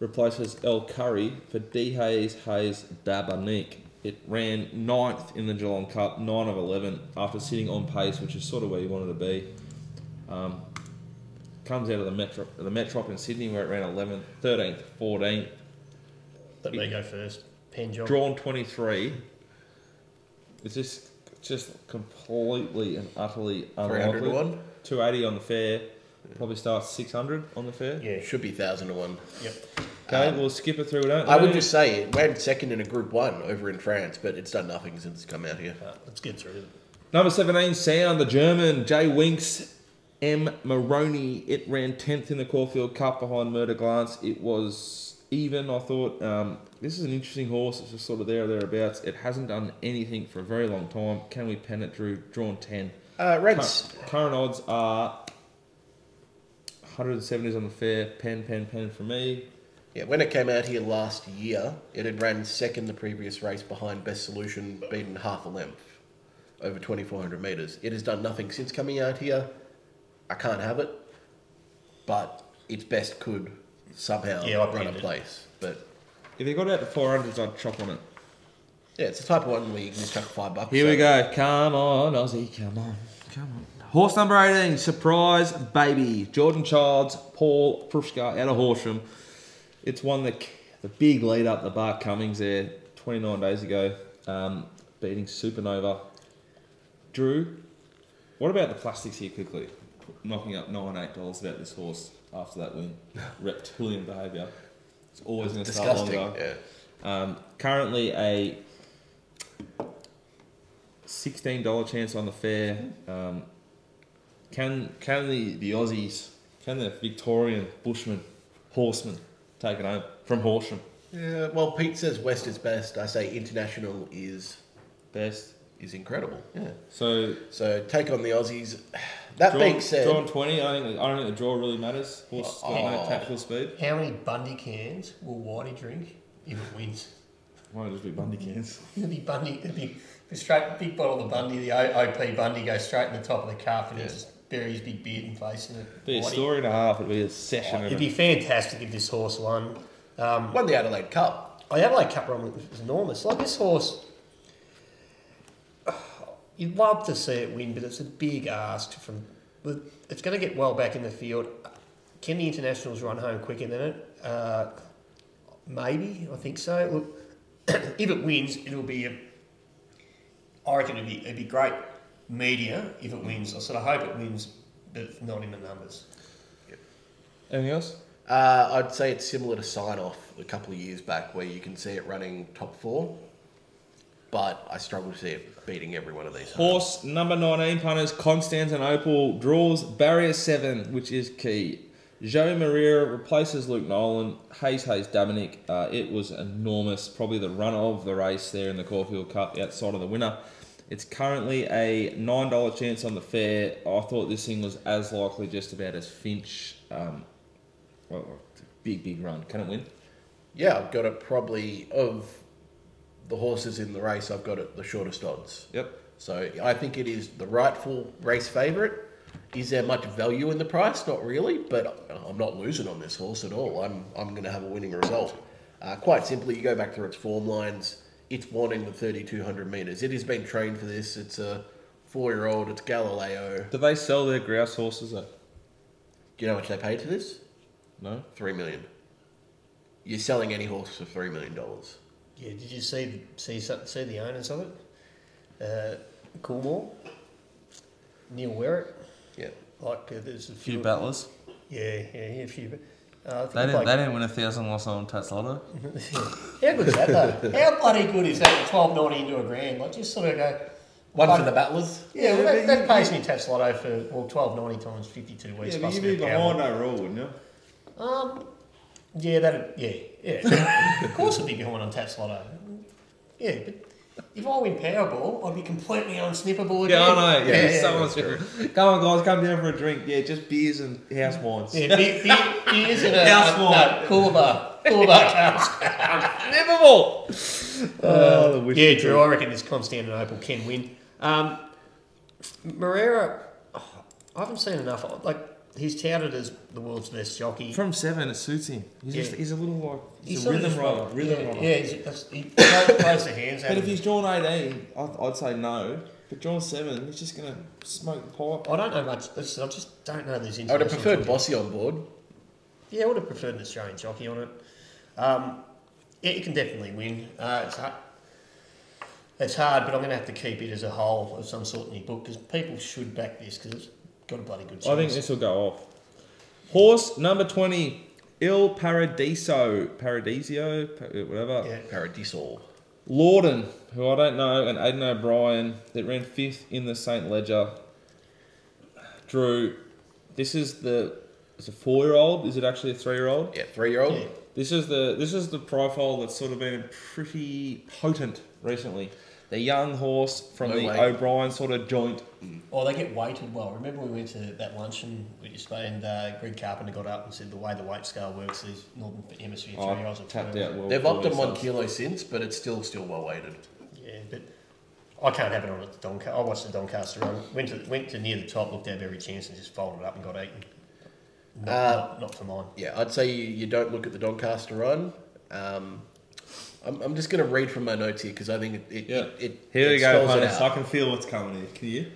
A: replaces L. Curry for D. Hayes, Hayes, Babanik. It ran ninth in the Geelong Cup, 9 of 11, after sitting on pace, which is sort of where you wanted to be. Um, comes out of the Metro, the Metrop in Sydney, where it ran 11th, 13th, 14th,
B: Let me go first. Pen job.
A: drawn 23. It's just, just completely and utterly
C: 300 to
A: unlikely.
C: one
A: 280 on the fair. Probably starts 600 on the fair.
B: Yeah.
C: should be thousand to one.
B: Yep.
A: Okay, we'll skip it through. Don't
C: I
A: we?
C: would just say it ran second in a Group One over in France, but it's done nothing since it's come out here.
B: Uh, let's get through it.
A: Number 17, Sound, the German, Jay Winks, M. Maroney. It ran 10th in the Caulfield Cup behind Murder Glance. It was even, I thought. Um, this is an interesting horse. It's just sort of there or thereabouts. It hasn't done anything for a very long time. Can we pen it, Drew? Drawn 10.
C: Uh, Reds.
A: Current, current odds are 170s on the fair. Pen, pen, pen for me.
C: Yeah, when it came out here last year, it had ran second the previous race behind Best Solution, beaten half a length over 2,400 metres. It has done nothing since coming out here. I can't have it, but its best could somehow
B: Yeah, I
C: run a
B: pinned it.
C: place. But
A: If it got out to 400s, I'd chop on it.
C: yeah, it's the type of one where you can just chuck five bucks.
A: Here we
C: at.
A: go. Come on, Aussie. Come on. Come on. Horse number 18, Surprise Baby. Jordan Childs, Paul Prushka out of Horsham. It's won the, the big lead up, the Bart Cummings there 29 days ago, um, beating Supernova. Drew, what about the plastics here quickly? Knocking up nine, eight dollars about this horse after that win. Reptilian behaviour. It's always going to start
C: Disgusting.
A: longer.
C: Yeah.
A: Um, currently a sixteen dollar chance on the fair. Um, can can the, the Aussies can the Victorian Bushmen horsemen take it home from Horsham?
C: yeah. Well, Pete says West is best. I say International is
A: Best.
C: is incredible. Yeah.
A: So
C: So take on the Aussies. That
A: draw,
C: being said,
A: draw on twenty. I think I don't think the draw really matters. Horse has got
C: Oh.
A: no tactical speed.
B: How many Bundy cans will Whitey drink if it wins?
A: Might just be Bundy cans.
B: It'll be Bundy, it'll be the straight big bottle of Bundy, the O- OP Bundy goes straight in the top of the car and
C: Yeah.
B: he'll just bury his big beard and face in it.
A: Be a
B: Whitey-
A: story and a half. It'd be a session.
B: It'd
A: of
B: be fantastic if this horse won. Um,
C: won the Adelaide Cup.
B: I Adelaide Cup run was enormous. Like this horse, you'd love to see it win, but it's a big ask from. It's going to get well back in the field. Can the internationals run home quicker than it? Uh, maybe I think so. Look, if it wins, it'll be. A, I reckon it'd be it'd be great media if it wins. I sort of hope it wins, but not in the numbers.
A: Anything else?
C: Uh, I'd say it's similar to Sign Off a couple of years back, where you can see it running top four, but I struggle to see it beating every one of these.
A: Horse number 19 punters Constance and Opal draws barrier 7, which is key. Joey Maria replaces Luke Nolan, Hayes Hayes Dominic. Uh, it was enormous, probably the run of the race there in the Caulfield Cup outside of the winner. It's currently a $9 chance on the fair. I thought this thing was as likely just about as Finch. Um, well, big, big run. Can it win?
C: Yeah, I've got it probably of the horses in the race. I've got it the shortest odds.
A: Yep.
C: So I think it is the rightful race favourite. Is there much value in the price? Not really, but I'm not losing on this horse at all. I'm I'm going to have a winning result. Uh, quite simply, you go back through its form lines. It's wanting the 3,200 metres. It has been trained for this. It's a four-year-old. It's Galileo.
A: Do they sell their grouse horses though?
C: Do you know how much they paid for this?
A: No?
C: Three million. You're selling any horse for three million dollars.
B: Yeah, did you see see some- see the owners of it? Uh, Coolmore, Neil Werrett,
C: Yeah.
B: like uh, there's a
D: A few
B: few.
D: battlers.
B: yeah, yeah, yeah, a few. Uh, I think
D: They didn't,
B: like,
D: they didn't win a thousand last night on Tats Lotto.
B: how good is that though? how bloody good is that? Twelve ninety into a grand, like just sort of go.
C: One
B: But-
C: for the battlers.
B: Yeah, well,
A: Yeah,
B: that,
A: but
B: that pays me Tats Lotto for well twelve ninety times fifty two weeks. plus a bit of power.
A: overall, wouldn't you?
B: Um, yeah, that yeah yeah. of course, I'd be behind on Tats Lotto. Yeah, but if I win Powerball, I'd be completely unsnippable again.
A: Yeah, I know. Yeah,
B: Yeah, yeah,
A: someone's come on, guys, come down for a drink. Yeah, just beers and house wines.
B: Yeah, be, be, he is in a
A: House
B: no,
A: wine.
B: cool bar, cool bar house.
A: Never more. Oh, the wish
B: yeah, Drew, I reckon this Constantinople can win. Um, Moreira, oh, I haven't seen enough. Like he's touted as the world's best jockey.
A: From seven, it suits him. He's
B: Yeah.
A: just he's a little like he's, a
B: sort of
A: rhythm
B: just-
A: rider. Rhythm
B: yeah,
A: rider.
B: Yeah, he's, that's- he plays the hands. out
A: But
B: of
A: if
B: him.
A: he's drawn eighteen, I'd, I'd say no. But drawn seven, he's just gonna smoke the pipe.
B: I don't know much. it's- I just don't know these.
C: I would have
B: international
C: preferred
B: jockeys.
C: Bossy on board.
B: Yeah, I would have preferred an Australian jockey on it. Um, yeah, it can definitely win. Uh, it's hard. It's hard, but I'm going to have to keep it as a whole of some sort in your book because people should back this because it's got a bloody good chance.
A: I think this will go off. Horse number twenty, Il Paradiso, Paradisio, pa- whatever.
B: Yeah.
C: Paradisal.
A: Lawden, who I don't know, and Aiden O'Brien that ran fifth in the St. Ledger. Drew, this is the it's a four year old. Is it actually a three year old?
C: Yeah, three-year-old.
B: Yeah.
A: This is the this is the profile that's sort of been pretty potent recently. The young horse from
C: No
A: the
C: way.
A: O'Brien sort of joint.
B: Or Oh, they get weighted well. Remember we went to that luncheon with you and uh, Greg Carpenter got up and said the way the weight scale works, these Northern Hemisphere three
A: Oh, I
B: year olds are
A: tapped
B: firm.
A: out. Well
C: They've
A: for
C: upped them one
A: themselves.
C: kilo since, but it's still still well weighted.
B: Yeah, but I can't have it on at the Doncaster. I watched the Doncaster run. Went to went to near the top, looked at every chance, and just folded up and got eaten. Not,
C: Uh,
B: not, not for mine.
C: Yeah, I'd say you, you don't look at the Doncaster run. Um, I'm, I'm just going to read from my notes here because I think it, it,
A: Yeah.
C: it, it
A: Here
C: it
A: we go,
C: spells it
A: punters.
C: out.
A: I can feel what's coming here. Can you?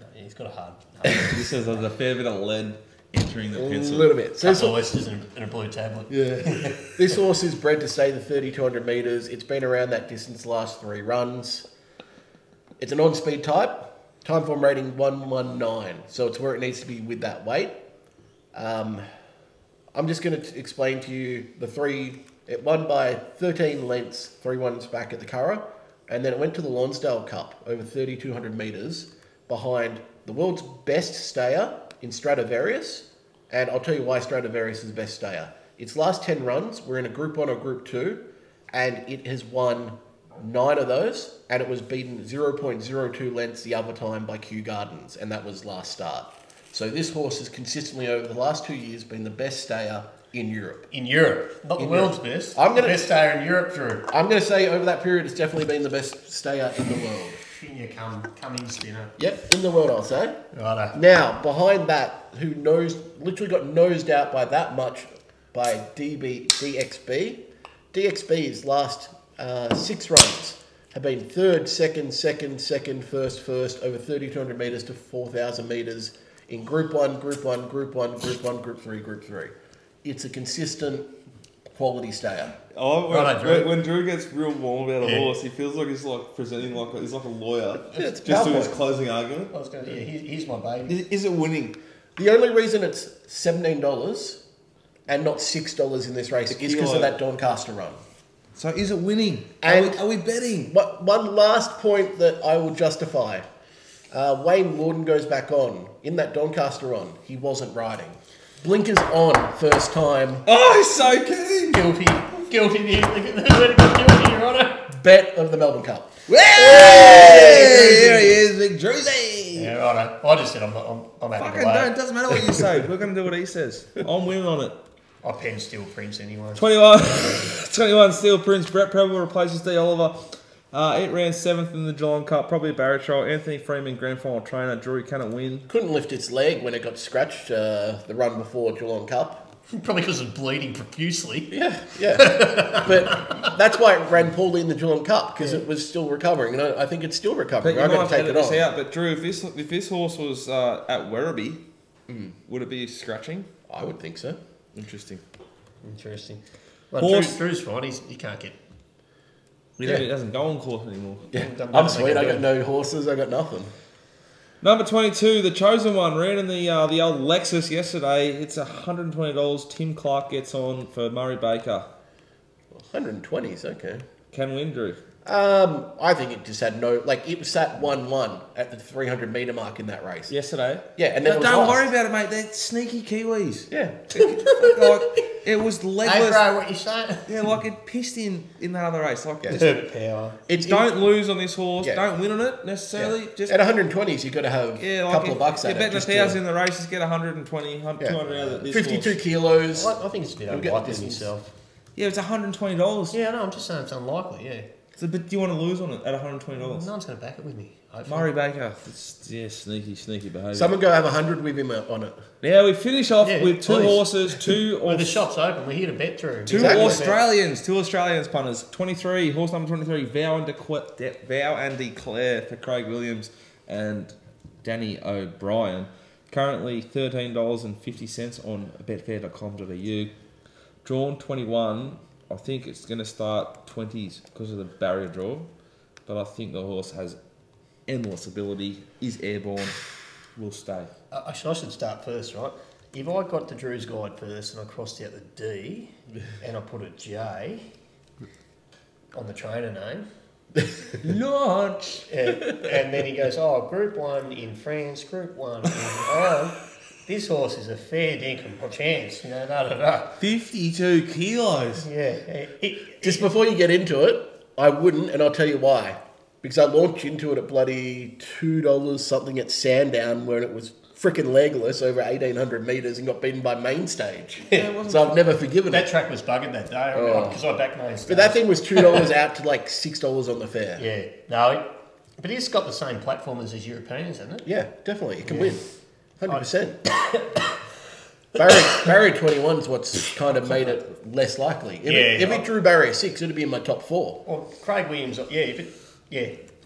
B: No, yeah, he's got a hard. hard
A: He says there's a fair bit of lead entering the
C: A
A: pencil.
C: little bit. So this,
B: couple of oysters and a, and a blue tablet.
C: Ah.
A: Yeah.
C: this horse is bred to stay the 3200 meters. It's been around that distance the last three runs. It's an on-speed type. Time form rating 119. So it's where it needs to be with that weight. Um, I'm just going to explain to you the three. It won by 13 lengths, three ones back at the Curragh, and then it went to the Lonsdale Cup over 3,200 metres behind the world's best stayer in Stradivarius. And I'll tell you why Stradivarius is the best stayer. Its last 10 runs were in a Group 1 or Group 2, and it has won nine of those, and it was beaten 0.02 lengths the other time by Kew Gardens, and that was last start. So this horse has consistently over the last two years been the best stayer in Europe.
B: In Europe, not
C: In
B: the world's
C: Europe.
B: best.
C: I'm
B: I'm
C: gonna-
B: gonna best stayer in Europe, Drew.
C: I'm going to say over that period, it's definitely been the best stayer in the world.
B: In your come coming spinner.
C: Yep, in the world, I'll say.
B: Righto.
C: Now behind that, who knows? Literally got nosed out by that much by DB DXB. DXB's last uh, six runs have been third, second, second, second, first, first over 3,200 meters to 4,000 meters in Group One, Group One, Group One, Group One, Group Three, Group Three. It's a consistent quality stayer.
A: Oh, when,
B: Righto, Drew.
A: when- when Drew gets real warm about a
B: Yeah.
A: horse, he feels like he's like presenting like a, he's like a lawyer,
C: Yeah, it's
A: just doing
C: PowerPoint.
A: his closing argument.
B: I was gonna. Yeah, he, he's my baby.
A: Is, is it winning?
C: The only reason it's seventeen dollars and not six dollars in this race is because
A: kilo.
C: of that Doncaster run.
A: So is it winning?
C: And-
A: are, we, are we betting?
C: One- One last point that I will justify. Uh, Wayne Lorden goes back on in that Doncaster run. He wasn't riding. Blinkers on first time.
A: Oh, he's so keen!
B: Guilty. Guilty. The word guilty, Your Honour.
C: Bet of the Melbourne Cup.
A: Hey, there he is, Big Druzy.
B: Yeah, righto. I just said I'm. I'm, I'm happy
A: Fucking
B: to wait.
A: don't. Doesn't matter what you say. We're gonna do what he says. I'm winning on it.
B: I pen steel prints anyway.
A: 21, 21 Steel Prince. Brett Preble replaces D. Oliver. Uh, eight rounds, seventh in the Geelong Cup. Probably a barrier trial. Anthony Freeman, grand final trainer. Drew cannot win.
C: Couldn't lift its leg when it got scratched uh, the run before Geelong Cup.
B: Probably because it's bleeding profusely.
C: Yeah, yeah. but that's why it ran poorly in the Geelong Cup because it was still recovering, and I, I think it's still
A: But
C: recovering.
A: you
C: I'm
A: might have
C: going to take
A: edited
C: it
A: this
C: on.
A: out. But Drew, if this if this horse was uh, at Werribee, would it be scratching?
C: I would think so.
A: Interesting.
B: Interesting. Well,
A: Horse-
B: Drew, Drew's fine. He's, he can't get.
A: Yeah. It doesn't go on course anymore.
C: Yeah,
B: Don't
C: I'm
B: matter,
C: sweet.
B: they
C: I
B: can
C: got no horses. I got nothing.
A: Number 22, the chosen one, ran in the uh, the old Lexus yesterday. It's $120. Tim Clark gets on for Murray Baker.
C: 120s. Okay.
A: Can win, Drew.
C: Um, I think it just had no like it was sat one one at the 300 meter mark in that race. Yeah,
A: Yesterday.
C: and then it was last.
A: about it, mate. They're sneaky Kiwis.
C: Yeah,
A: like, it was
B: Hey,
A: legless.
B: bro, what you saying?
A: yeah, like it pissed in in the other race. Like,
C: Yeah.
A: just
B: power.
C: it's
A: don't lose on this horse.
C: Yeah.
A: Don't win on it necessarily.
C: yeah.
A: Just
C: at 120s. You got to have
A: yeah,
C: a
A: like
C: couple
A: if
C: of bucks
A: you
C: at it.
A: bet the
C: just
A: thousand in the race, just get 120, hun-
C: Yeah.
A: 200 out of
C: to-
A: this
C: 52
A: horse.
C: kilos.
B: I, I think it's a bit
C: We'll get
B: unlikely
C: the
B: in
C: distance.
B: yourself.
A: Yeah, it's 120 dollars.
B: Yeah, no, I'm just saying it's unlikely. Yeah,
A: So, but do you want to lose on it at 120 dollars?
B: no one's going to back it with me. hopefully.
A: Murray Baker. It's, yeah, sneaky, sneaky behaviour.
C: Someone go have 100 with him on it.
A: now we finish off
B: Yeah,
A: with two
B: please.
A: horses, two
B: Well,
A: or
B: the shop's open. We're here to bet, Drew.
A: Two
C: Exactly.
A: Australians, two Australians punters. 23, horse number 23, Vow and, Dequ- De- Vow and Declare for Craig Williams and Danny O'Brien. Currently $13.50 on betfair.com.au. Drawn 21, I think it's going to start 20s because of the barrier draw, but I think the horse has endless ability, is airborne, will stay.
B: I, I should, I should start first, right? If I got the Drew's guide first and I crossed out the D and I put a J on the trainer name,
A: Launch!
B: and, and then he goes, "Oh, Group One in France, Group One in Ireland. This horse is a fair dinkum chance." You know, da da da.
A: 52 kilos.
B: Yeah, it, it,
C: Just before you get into it, I wouldn't, and I'll tell you why. because I launched into it at bloody two dollars something at Sandown when it was freaking legless over eighteen hundred meters and got beaten by Mainstage. so I've never forgiven
B: That
C: it.
B: track was bugging that day because I backed my
C: Oh. But that thing was two dollars out to like six dollars on the fair.
B: Yeah, no, it, but it's got the same platform as his Europeans, hasn't it?
C: Yeah, definitely. It can win. 100%. barrier, barrier 21 is what's kind of made it less likely. If, it,
B: Yeah.
C: if it drew barrier 6, it'd be in my top four.
B: Or Craig Williams, yeah, if it, yeah.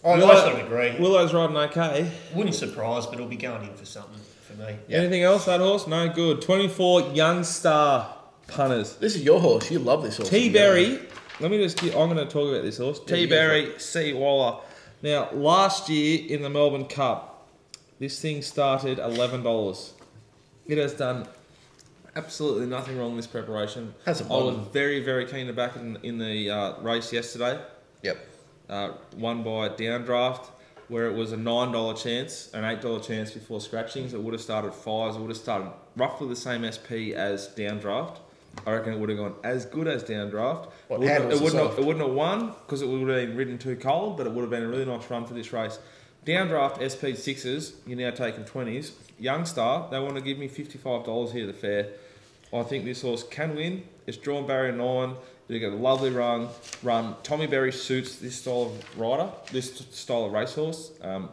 B: I, I
A: Willow-
B: sort of agree.
A: Willow's riding okay.
B: Wouldn't surprise, but it'll be going in for something for me.
C: Yeah.
A: Anything else, that horse? No good. 24 Young Star Punters.
C: This is your horse. You love this horse.
A: T Berry, let me just get, I'm going to talk about this horse. T Berry, C Waller. Now, last year in the Melbourne Cup, this thing started $11. It has done absolutely nothing wrong this preparation.
C: Hasn't
A: I was
C: won.
A: very, very keen to back it in, in the uh, race yesterday.
C: Yep.
A: uh, won by downdraft, where it was a nine dollar chance, an eight dollar chance before scratchings. It would have started fives. It would have started roughly the same SP as downdraft. I reckon it would have gone as good as downdraft.
C: What,
A: it, wouldn't,
C: handles
A: it, wouldn't have,
C: itself?
A: it wouldn't have won because it would have been ridden too cold, but it would have been a really nice run for this race. Downdraft SP sixes, you're now taking twenties. Young Star, they want to give me fifty five dollars here at the fair. I think this horse can win. It's drawn barrier nine. They get a lovely run. Run. Tommy Berry suits this style of rider, this t- style of racehorse. Um,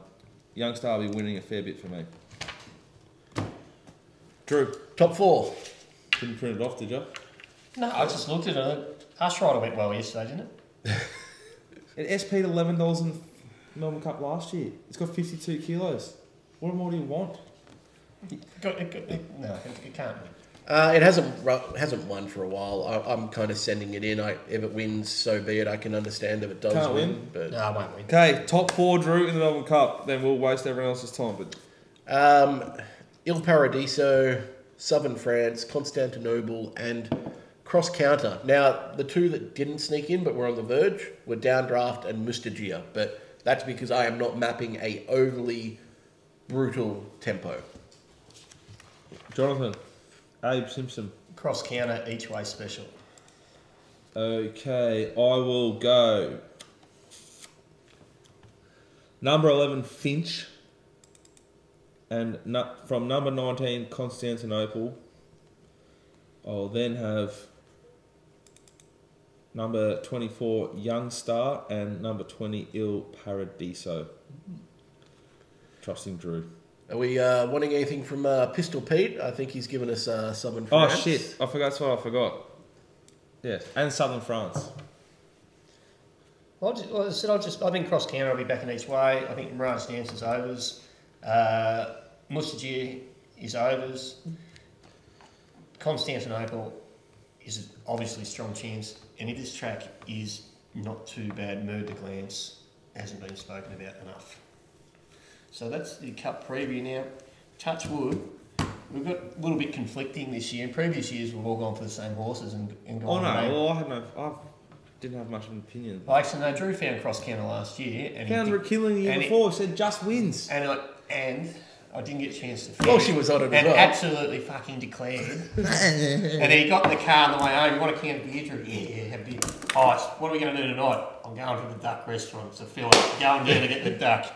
A: Young Star will be winning a fair bit for me. Drew,
C: Top four.
A: didn't print it off, did you?
B: No, I just looked at it. Ash Rider went well yesterday, didn't it?
A: It SP'd eleven dollars in Melbourne Cup last year. It's got fifty two kilos. What more do you want?
B: Got, it, got, it, no, it, it can't win.
C: Uh, it hasn't ru- hasn't won for a while. I, I'm kind of sending it in. I, if it wins, so be it. I can understand if it does
A: Can't
C: win,
A: win.
C: but
B: No, it won't win.
A: Okay, top four Drew in the Melbourne Cup. Then we'll waste everyone else's time. But
C: Um, Il Paradiso, Southern France, Constantinople, and Cross Counter. Now, the two that didn't sneak in but were on the verge were Downdraft and Mustagia, but that's because I am not mapping a overly brutal tempo.
A: Jonathan, Abe Simpson.
B: Cross counter each way special.
A: Okay, I will go. Number 11, Finch. And nu- from number 19, Constantinople. I'll then have number 24, Young Star, and number 20, Il Paradiso. Trusting Drew.
C: Are we uh, wanting anything from uh, Pistol Pete? I think he's given us uh, Southern
A: Oh,
C: France.
A: shit. I forgot that's what I forgot. Yes, and Southern France.
B: Well, I, just, well, I said I'll just. I think cross counter. I'll be back in each way. I think Mirage Dance is overs. Uh, Mustajir is overs. Constantinople is obviously strong chance, and if this track is not too bad, Murder Glance hasn't been spoken about enough. So that's the cup preview now. Touch wood. We've got a little bit conflicting this year. In previous years, we've all gone for the same horses and, and
A: Oh,
B: gone.
A: no.
B: away.
A: Well, I, had no, I didn't have much of an opinion.
B: Well, actually, no. Drew found cross counter last year, and he
A: Found
B: did-
A: Rakilin the year
B: and it-
A: before, said just wins.
B: and I and I didn't get a chance to.
C: Well,
B: finish.
C: she was on it
B: and
C: as well.
B: absolutely fucking declared. and then he got in the car on the way home. You want a can of beer, Drew? Yeah, yeah, have a beer. Oh, it's- what are we going to do tonight? I'm going to the duck restaurant. It's a fill. Going down to get the duck,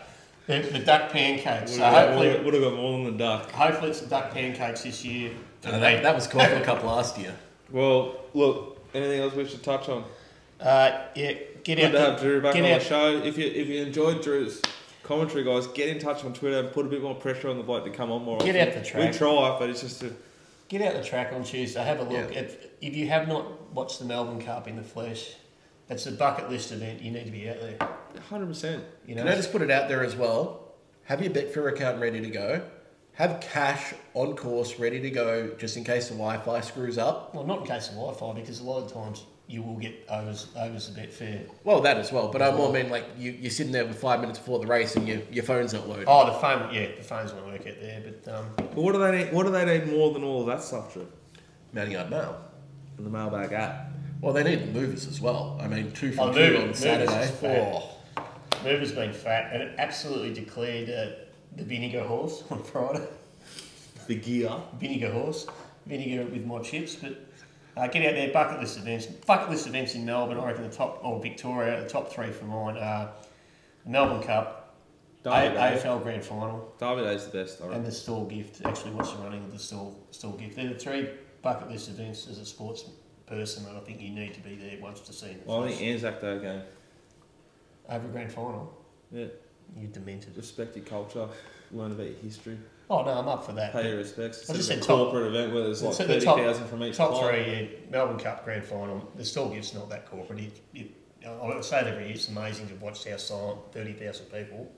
B: the, the duck pancakes. So hopefully,
A: would have got more than the duck.
B: hopefully it's the duck pancakes this year.
C: Uh, that, that was quite a cup last year.
A: Well, look, anything else we should touch on?
B: Uh, yeah, get
A: Good
B: out.
A: to have
B: the,
A: Drew back
B: get
A: on
B: out.
A: the show. If you if you enjoyed Drew's commentary, guys, get in touch on Twitter and put a bit more pressure on the bloke to come on more
B: Get
A: often.
B: out the track.
A: We try, but it's just a,
B: Get out the track on Tuesday. Have a look.
C: Yeah.
B: If, if you have not watched the Melbourne Cup in the flesh, it's a bucket list event. You need to be out there.
A: 100%.
B: You
C: Can I
B: know,
C: just put it out there as well? Have your Betfair account ready to go. Have cash on course ready to go just in case the Wi-Fi screws up.
B: well, not in case of Wi-Fi because a lot of times you will get overs overs a bit fair.
C: Well, that as well. But I more mean like you, you're sitting there with five minutes before the race and your, your phone's not loaded.
B: Oh, the phone. Yeah, the phones won't work out there. But um,
A: But what do they need, what do they need more than all of that stuff, Drew?
C: Mounting Yard Mail.
A: In the mailbag app.
C: Well, they need the movers as well. I mean, two
B: oh,
C: from two
B: Mover,
C: on
B: Mover's
C: Saturday.
B: is fat. Mover's been fat and it absolutely declared uh, the vinegar horse on Friday.
A: The gear.
B: vinegar horse, vinegar with my chips. But uh, get out there, bucket list events. Bucket list events in Melbourne, I reckon the top, or Victoria, the top three for mine are Melbourne Cup, A-
A: Derby Day.
B: AFL Grand Final,
A: Derby Day's the best. I reckon.
B: and the stall gift. Actually, what's the running of the stall stall gift? They're the three bucket list events as a sports person that I think you need to be there once to see.
A: Well, I
B: Well,
A: think Anzac Day game.
B: Over a grand final,
A: Yeah,
B: you demented.
A: respect your culture, learn about your history,
B: Oh no, I'm up for that.
A: pay your respects. It's
B: I just
A: a
B: said top-
A: corporate event where there's
B: I
A: like
B: said the
A: thirty
B: top-
A: thousand from each
B: Top
A: club.
B: three, yeah, Melbourne Cup Grand Final. The stall gift's not that corporate. It, it, I say it every year. It's amazing to watch how silent thirty thousand people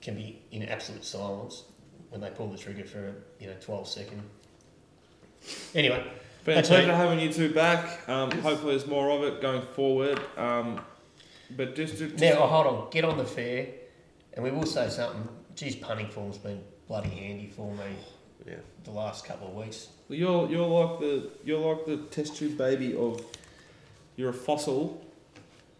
B: can be in absolute silence when they pull the trigger for you know twelve second. Anyway,
A: Fantastic
B: That's
A: having you two back. Um, hopefully, there's more of it going forward. Um, but just, just
B: now oh, hold on. Get on the fair, and we will say something. Geez, punting form's been bloody handy for me
C: Yeah.
B: the last couple of weeks.
A: you're you're like the you're like the test tube baby of you're a fossil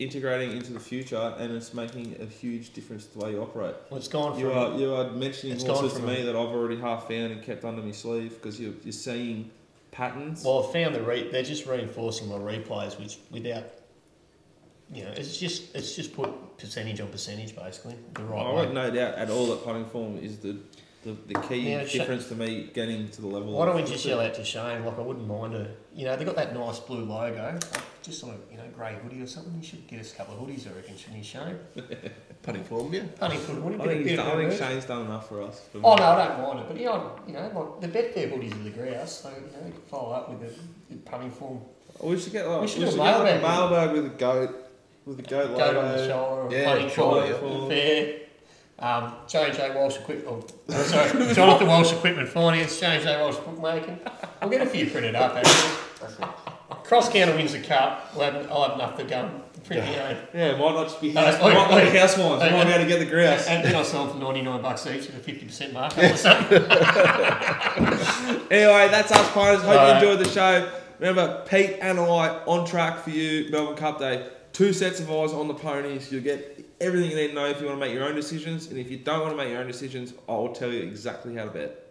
A: integrating into the future, and it's making a huge difference to the way you operate.
B: Well, it's gone from
A: You are you are mentioning
B: It's
A: horses
B: gone
A: to
B: from-
A: me that I've already half found and kept under my sleeve because you're, you're seeing patterns.
B: Well, I found the re- they're just reinforcing my replays, which without, you know, it's just it's just put percentage on percentage basically the right
A: I've
B: way.
A: got no doubt at all that punting form is the the, the key
B: Yeah, sh-
A: difference to me getting to the level.
B: Why
A: of-
B: don't we just yell out to Shane? Like I wouldn't mind a, you know, they got that nice blue logo, just like you know, grey hoodie or something. You should get us a couple of hoodies, I reckon, shouldn't you, Shane?
C: Putting form, yeah.
B: Honey, foot, wouldn't
A: I
B: it be
A: think, he's
B: a bit
A: done,
B: of
A: I
B: a
A: think
B: merch?
A: Shane's done enough for us. for
B: Oh
A: me.
B: no, I don't mind it, but yeah, I- you know, like the Betfair hoodies are the grouse, so you know, you can follow up with a with punning form,
A: We should get like
B: We
A: we
B: should
A: should,
B: do a
A: get like a
B: mailbag.
A: mailbag with a goat with a goat
B: goat
A: logo.
B: on the shoulder, or
C: Yeah,
B: punting
C: sure,
B: form.
C: yeah.
B: Fair. Um, J J Walsh equipment. Oh, sorry, Jonathan Walsh equipment finance. J J Walsh bookmaking. We'll get a few printed up. Actually. Cross Counter wins the cup. We'll have, I'll have enough to go uh, and print my own.
A: Yeah, why not just be
B: No,
A: house,
B: oi,
A: might not be
B: oi.
A: house wines? We might be able to get the grouse.
B: And then I'll sell them for ninety nine bucks each at a fifty percent markup or something.
A: Anyway, that's us, punters. Hope
B: Alright.
A: you enjoyed the show. Remember, Pete and I on track for you, Melbourne Cup Day. Two sets of eyes on the ponies. You'll get everything you need to know if you want to make your own decisions. And if you don't want to make your own decisions, I'll tell you exactly how to bet.